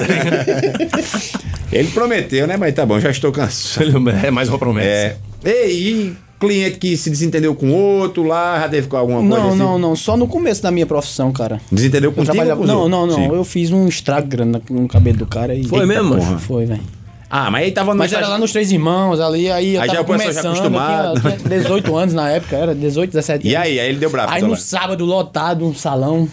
Ele prometeu, né? Mas tá bom, já estou cansado.
é mais uma promessa.
É. Ei, e cliente que se desentendeu com outro lá, já teve com alguma coisa
Não,
assim?
não, não. Só no começo da minha profissão, cara.
Desentendeu
Eu
contigo ou com
trabalhava...
os
Não,
outros?
não, não.
Sim.
Eu fiz um estrago grande na- no cabelo do cara e...
Foi mesmo?
Foi, velho.
Ah, mas aí tava no
Mas era
estágio-
lá nos Três Irmãos, ali, aí eu
Aí
tava
já o pessoal
começando,
já
eu tinha-
acostumado.
eu tinha 18 anos na época, era 18, 17
E
anos.
aí, aí ele deu bravo.
Aí
tá
no
lá.
sábado, lotado, um salão.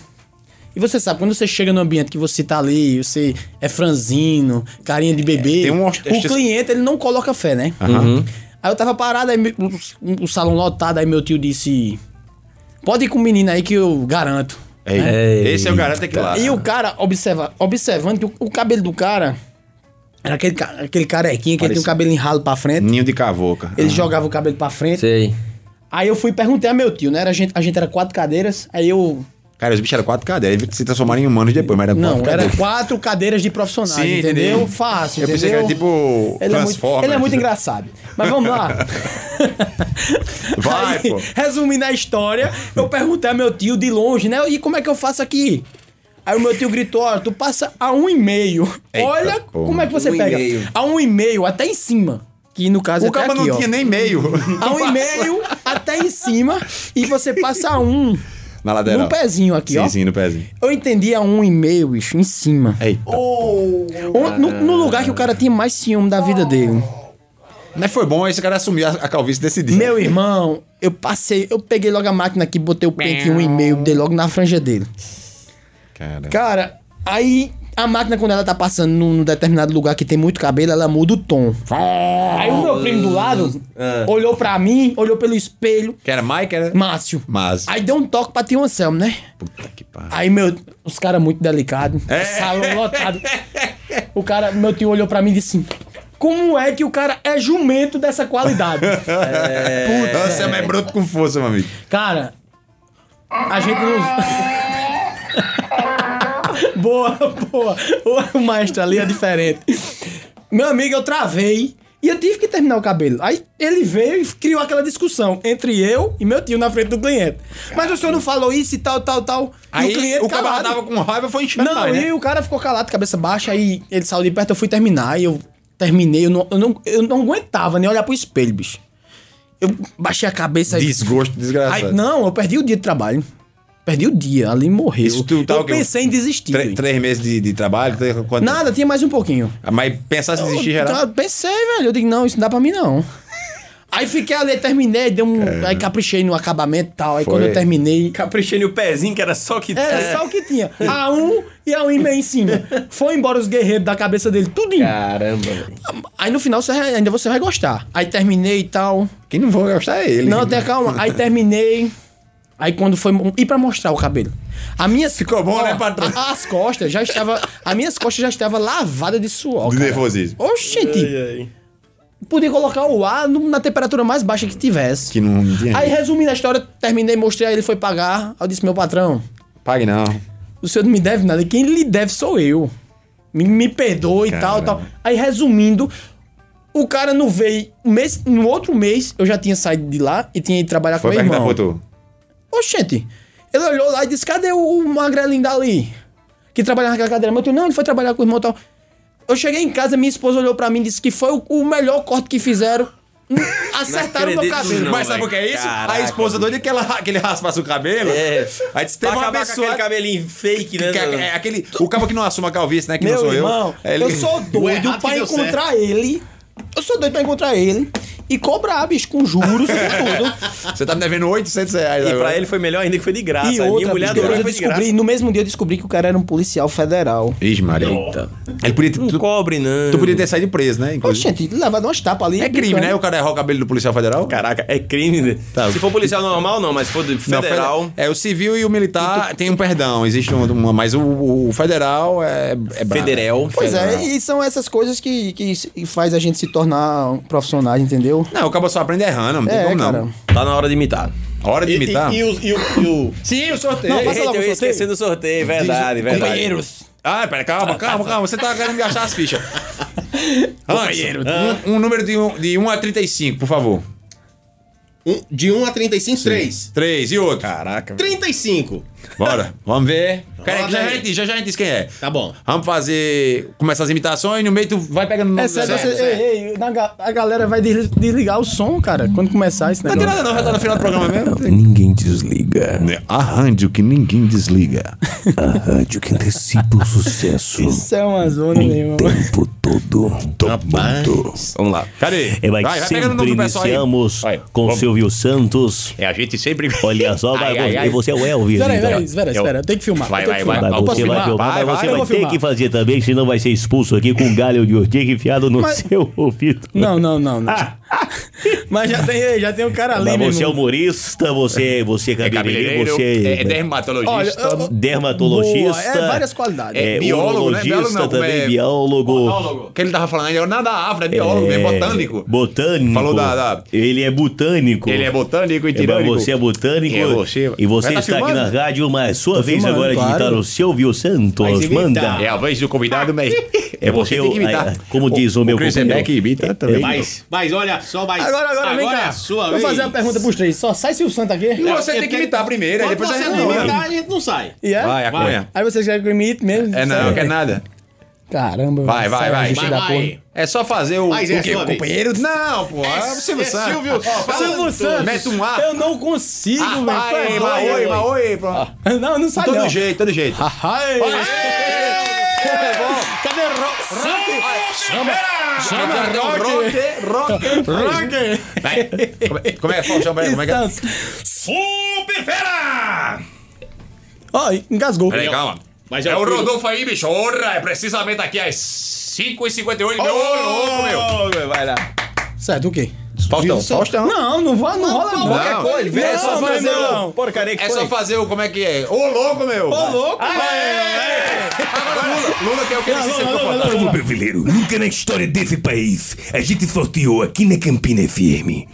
E você sabe, quando você chega no ambiente que você tá ali, você é franzino, carinha de bebê,
tem um
o
ost- ost-
cliente ele não coloca fé, né? Aí eu tava parado, aí me- o, o salão lotado, aí meu tio disse: Pode ir com o menino aí que eu garanto.
Ei, Esse é eu garanto que lá.
É, E o cara observa, observando que o, o cabelo do cara era aquele, ca- aquele carequinha que ele tem o cabelo enralo pra frente.
Ninho de cavoca.
Ele jogava o cabelo pra frente.
Sei.
Aí eu fui e perguntei a meu tio, né? Era a, gente, a gente era quatro cadeiras, aí eu
Cara, os bichos eram quatro cadeiras. Eles se transformaram em humanos depois, mas era
Não,
quatro
era
cadeiras.
quatro cadeiras de profissionais,
Sim,
entendeu?
entendi.
Fácil,
Eu pensei que
entendeu?
era tipo
ele é, muito,
Transformers.
ele é muito engraçado. Mas vamos lá.
Vai, pô.
Resumindo a história, eu perguntei a meu tio de longe, né? E como é que eu faço aqui? Aí o meu tio gritou, ó, tu passa a um e meio.
Eita,
Olha
pô.
como é que você
Um e
pega.
meio.
A um e meio, até em cima. Que no caso é
O
até
cara
aqui,
não
ó.
tinha nem meio.
A um e meio, até em cima. E você passa a um.
Na lateral.
No pezinho aqui,
sim,
ó.
Sim, no pezinho.
Eu entendi a um e meio, bicho, em cima.
Eita.
Onde- no, no lugar que o É, cara tinha mais ciúme da vida dele.
Mas foi bom esse cara assumir a, a calvície desse dia.
Meu irmão, eu passei, eu peguei logo a máquina aqui, botei o pente em um e meio, dei logo na franja dele.
Cara.
Cara, aí a máquina, quando ela tá passando num, num determinado lugar que tem muito cabelo, ela muda o tom. Aí o meu primo do lado olhou pra mim, olhou pelo espelho,
Que era Mike, era...
Márcio.
Mas...
Aí deu um toque pra Tio Anselmo, né?
Puta que pariu.
Aí, meu, os
É.
caras muito delicados, salão lotado. O cara, meu tio olhou pra mim e disse assim: Como é que o cara é jumento dessa qualidade?
Puta, você é mais bruto com força, meu amigo.
Cara, a gente não. boa, boa. O maestro ali é diferente. Meu amigo, eu travei e eu tive que terminar o cabelo. Aí ele veio e criou aquela discussão entre eu e meu tio na frente do cliente. Mas o senhor não falou isso e tal, tal, tal. e
Aí
o cliente
o cara
calado.
tava com raiva foi enchendo
Não,
mais,
e
né?
o cara ficou calado, cabeça baixa, aí ele saiu de perto, eu fui terminar, e eu terminei, eu não, eu não, eu não aguentava nem olhar pro espelho, bicho. Eu baixei a cabeça e.
Desgosto desgraçado.
Aí, não, eu perdi o dia de trabalho. Perdi o dia, ali morreu.
Isso tu tá
eu
o quê?
pensei em desistir.
Tre- três meses de, de trabalho? três- quanto-
Nada, tá- tinha mais um pouquinho.
Mas pensasse em desistir
Eu-
geral?
eu pensei, velho. Eu digo, não, isso não dá pra mim, não. Aí fiquei ali, terminei, dei um. Aí caprichei no acabamento e tal. Aí
Foi.
quando eu terminei.
Caprichei no pezinho, que era só que. É.
Era É, só o que tinha. A um e a um e meio em cima. Foi embora os guerreiros da cabeça dele, tudinho.
Caramba, velho.
Aí no final você re- ainda você vai gostar. Aí terminei e tal.
Quem não vai gostar é ele.
Não, até calma. Aí terminei. Aí quando foi. E pra mostrar o cabelo? A minha.
Ficou bom, né, patrão?
a- As costas já estava. As minhas costas já estavam lavadas de suor.
De
cara.
nervosismo.
Oxente! Podia colocar o ar no- na temperatura mais baixa que tivesse.
Que não tinha.
Aí resumindo a história, terminei, mostrei, aí ele foi pagar. Aí eu disse, meu patrão,
Pague não.
o senhor não me deve nada. Quem lhe deve sou eu. Me, me perdoe e tal, tal.
Caramba.
Aí, resumindo, o cara não veio. Um mês, no outro mês, eu já tinha saído de lá e tinha ido trabalhar
Foi
com meu
perguntar
irmão.
pro tu.
Oxente. Ele olhou lá e disse, cadê o magrelinho dali? Que trabalhava naquela cadeira. Mas eu disse, não, ele foi trabalhar com o irmão e tal. Eu cheguei em casa, minha esposa olhou pra mim e disse que foi o, o melhor corte que fizeram. Hum, Acertaram meu
acredito
cabelo.
não,
Mas sabe
velho.
o que é isso? a
Tá Caraca,
esposa doida que, ela, que ele raspasse o cabelo.
É.
Aí disse,
Pra
teve uma
acabar com
pessoa...
aquele cabelinho fake, né?
que-
não?
é aquele, o cabo que não assume a calvície, né? Que não
Meu
sou
irmão,
eu.
eu sou doido
errado
pra
que deu
encontrar ele. Eu sou doido pra encontrar ele. E cobrar, bicho, com juros e tudo.
Você tá me devendo 800 reais
E
agora.
pra ele foi melhor ainda que foi de
Ah,
graça. a
E
minha
outra,
mulher
bicho,
adorou que
depois eu
foi de graça.
descobri, no mesmo dia eu descobri que o cara era um policial federal.
Ixi, Maria. Ele podia ter,
Não
tu,
cobre, não.
tu podia ter saído preso, né? inclusive?
Oxente, levado umas tapas ali.
É crime, né? O cara errar o cabelo do policial federal?
Caraca, é crime. né?
Tá.
Se for policial normal, não, mas se for do
Não,
federal.
fede- É, o civil e o militar tem um perdão, existe um- uma, mas o, o federal é, é brabo.
Federal.
Pois é, e são essas coisas que, que se- que faz a gente se tornar um profissional, entendeu?
Não, o cabo só aprende errando, não tem
É,
como
cara.
não.
Tá na hora de imitar.
Hora de imitar.
E, e, os- e o, e o-
Sim, o sorteio.
Não, passa
Eita,
logo
eu
o
ia
sorteio.
esquecendo do sorteio, verdade, verdade.
Ah, pera, calma, calma, calma. Você tá querendo gastar as fichas. Companheiro. Um, um número de, um, de 1 a 35, por favor.
um- de 1 a 35, 3.
3 e outro. Caraca.
35.
Bora, vamos ver. Cara,
Roda
já, já,
aí.
a gente, diz, já, já a gente diz quem é.
Tá bom.
Vamos fazer. Começar as imitações, no meio tu vai pegando o nome
É sério,
da-
você, ei, ei, na ga- a galera vai des- desligar o som, cara, quando começar esse
Não
negócio.
tem nada não, já tá no final do programa mesmo.
Ninguém desliga.
A rádio que ninguém desliga.
Rádio que antecipa o sucesso
Isso é uma zona, meu irmão.
tempo todo. Vamos lá.
Cadê?
É, mas
Vai, vai pegando o
sempre
nome do pessoal aí.
iniciamos
Vai,
com
vamos.
Silvio Santos.
É, a gente sempre...
Olha só,
Ai,
vai,
ai,
você-
ai.
você é o Elvis.
Peraí,
então.
peraí, espera, espera. Eu tenho que filmar.
Vai,
eu tenho que
vai,
filmar.
Mas
Eu posso
você vai
filmar?
filmar,
Vai,
mas
vai,
você
eu
vai,
vou
ter
filmar.
que fazer também, senão vai ser expulso aqui com um galho de urtiga enfiado no
Mas-
seu ouvido.
Não, não, não, não.
Ah!
Mas já tem, já tem um cara ali,
Mas
meu
você é
irmão.
humorista, você, você é
É cabeleireiro,
cabeleireiro, você né?
é, é dermatologista.
Olha, eu- eu-
dermatologista.
Boa, é várias qualidades.
É,
biólogo, né?
urologista
Biólogo não,
também,
é-
biólogo.
que ele tava falando, ele é nada da África, é biólogo, é botânico.
Botânico.
Falou da- da-
Ele é botânico.
Ele é botânico e
É, mas
tirânico.
você é botânico
É você.
e você
Mas tá
está
filmando?
aqui na rádio, mas sua vez
filmando,
agora de
claro.
imitar o Silvio Santos.
se imitar.
Manda.
É a vez do convidado, mas é você
eu-
tem que imitar.
é, como diz o meu
Chris
companheiro.
Rebeck imita também.
Mas, mas olha só, mas...
Agora, agora, vem
é
cá.
a sua
Vou
vez. É
fazer uma pergunta pros três. Só sai Silvio Santos aqui.
E você tem que imitar primeiro, aí
Quando
depois a
você
gente
não
manda.
imitar, a gente não sai.
E é?
Vai, a
Vai.
cunha.
Aí vocês querem que eu imite mesmo?
É não,
Sério.
quer nada.
Caramba.
Vai, vai,
sério,
vai.
bicho
Vai,
da
vai.
porra.
É só fazer o,
Mas é
o quê?
sua
O
vez.
companheiro? Não, pô. É, o Silvio
é
Santos.
Silvio-
Ó, fala
Silvio
tudo.
Santos.
Mete um A.
Eu não consigo,
Ah,
velho.
Ai,
Foi
ma
é doido.
oi, ma oi, pronto.
Não, não sai
Todo
não. Ah.
jeito, todo jeito.
Ai.
Cadê o Rock? Rock, rock, rock. Vai. Como é- Como é, Faustão? Peraí, Como é que é? Super fera!
Ó, engasgou.
Peraí, calma.
Mas
é
eu
o
fui-
Rodolfo aí, bicho. Ora, é precisamente aqui às 5h58, meu. Ô, louco, meu.
Vai lá.
Certo, o quê?
Faustão, Faustão.
Não, não vai, não rola não.
qualquer coisa, velho, é só fazer o-
não.
Porcaria que
É
foi.
só fazer o. Como é que é? Ô, louco, meu.
Ô, louco, velho.
Agora pula. Lula que é o que ele se sente confortável.
Povo brasileiro, nunca na história desse país a gente sorteou aqui na Campina firme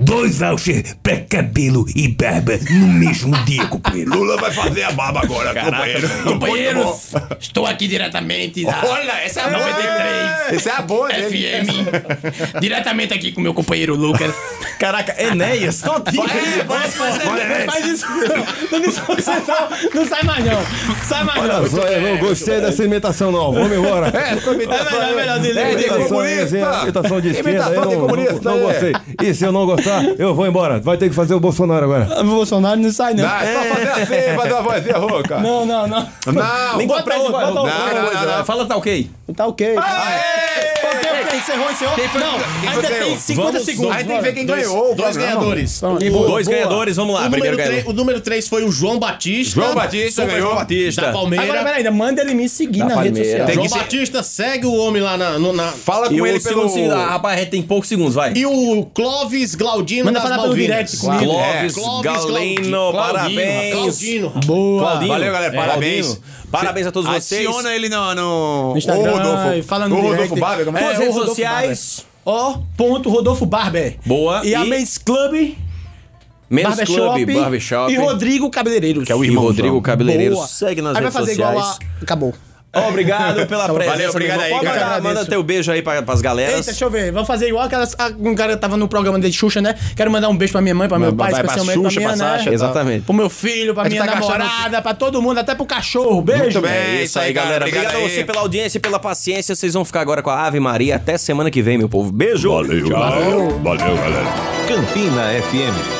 dois vouchers pra cabelo e barba no mesmo dia, companheiro.
Lula vai fazer a barba agora, companheiro. Muito
Companheiros, estou aqui diretamente da
Olha, essa é a boa.
93
Essa é a boa dele.
FM. diretamente aqui com meu companheiro Lucas.
Caraca, Enéas, todinho.
É, parece que vai ser-
Faz isso não. Não, isso, não, não sai mais, não. Sai mais, não.
Olha só, eu não gostei dessa imitação não. Vamos embora.
É, foi imitação.
É melhor, melhor dele.
É, de
Imitação,
comunista.
assim, imitação de esquerda.
Imitação
eu
de
não,
comunista,
não,
é.
não gostei. E se eu não gostar, eu vou embora. Vai ter que fazer o Bolsonaro agora.
O Bolsonaro não sai, não.
Não, é só fazer assim, fazer uma vozinha rouca.
Não, não, não.
Não.
Língua presa igual.
bota
outra coisa.
Fala tá ok.
Tá ok.
Aê!
Encerrou, encerrou.
Ah, é. quem
Não,
foi
ainda
que ganhou?
tem 50
Vamos,
segundos.
Aí tem que ver quem
Dois-
ganhou o é,
Dois
programa.
ganhadores.
Então,
Dois ganhadores, vamos lá.
O número,
Primeiro
três-
ganhador.
o número 3 foi o João Batista.
João Batista
Sobre-
ganhou.
Da
Batista.
Agora,
Palmeira.
peraí, ainda manda ele me seguir na rede
Palmeira.
social.
Tem
João
que ser-
Batista segue o homem lá na. no- na-
Fala
E
com ele
o
pelo...
segundo... se- Ah, rapaz, a gente tem poucos segundos, vai.
E o Clóvis Glaudino
Manda
das
falar pelo
Malvinas. É.
direct comigo.
Clóvis,
Clóvis,
Galeno,
Claudinho,
parabéns.
Claudino.
Boa.
Claudinho.
Valeu, galera,
É,
parabéns.
Claudinho. Parabéns a todos vocês.
Adiciona ele no, no...
No Instagram, fala no
o Rodolfo
direct.
Baga, como é?
É,
Suas
o
redes
Rodolfo
sociais.
Ó, ponto Rodolfo Barber.
Boa.
E, a
E-
Men's Club,
Menos
Barbershop,
Club, Barbershop.
e Rodrigo Cabeleireiros.
Que é o irmão.
Boa.
Rodrigo Cabeleireiro. Segue nas
Aí vai
redes
fazer
sociais.
igual a... Acabou.
Obrigado pela presença. meu
obrigado
irmão.
aí,
Pode
cara.
mandar- Manda
Agradeço.
teu beijo aí pra, pras
Eita,
galeras.
deixa eu ver. Vamos fazer igual aquelas... a- Um cara tava no programa de Xuxa, né? Quero mandar um beijo pra minha mãe, pra meu
Vai-
pai,
vai pra
especialmente pra
Xuxa,
minha,
pra
né?
Sasha, tá?
Exatamente.
Pro meu filho, pra
gente
minha
tá gastando-
namorada, pra todo mundo, até pro cachorro. Beijo.
Muito bem.
É isso aí, galera. Obrigado, a você
aí.
pela audiência e pela paciência. Vocês vão ficar agora com a Ave Maria. Até semana que vem, meu povo. Beijo.
Valeu, valeu, valeu, galera.
Campina FM.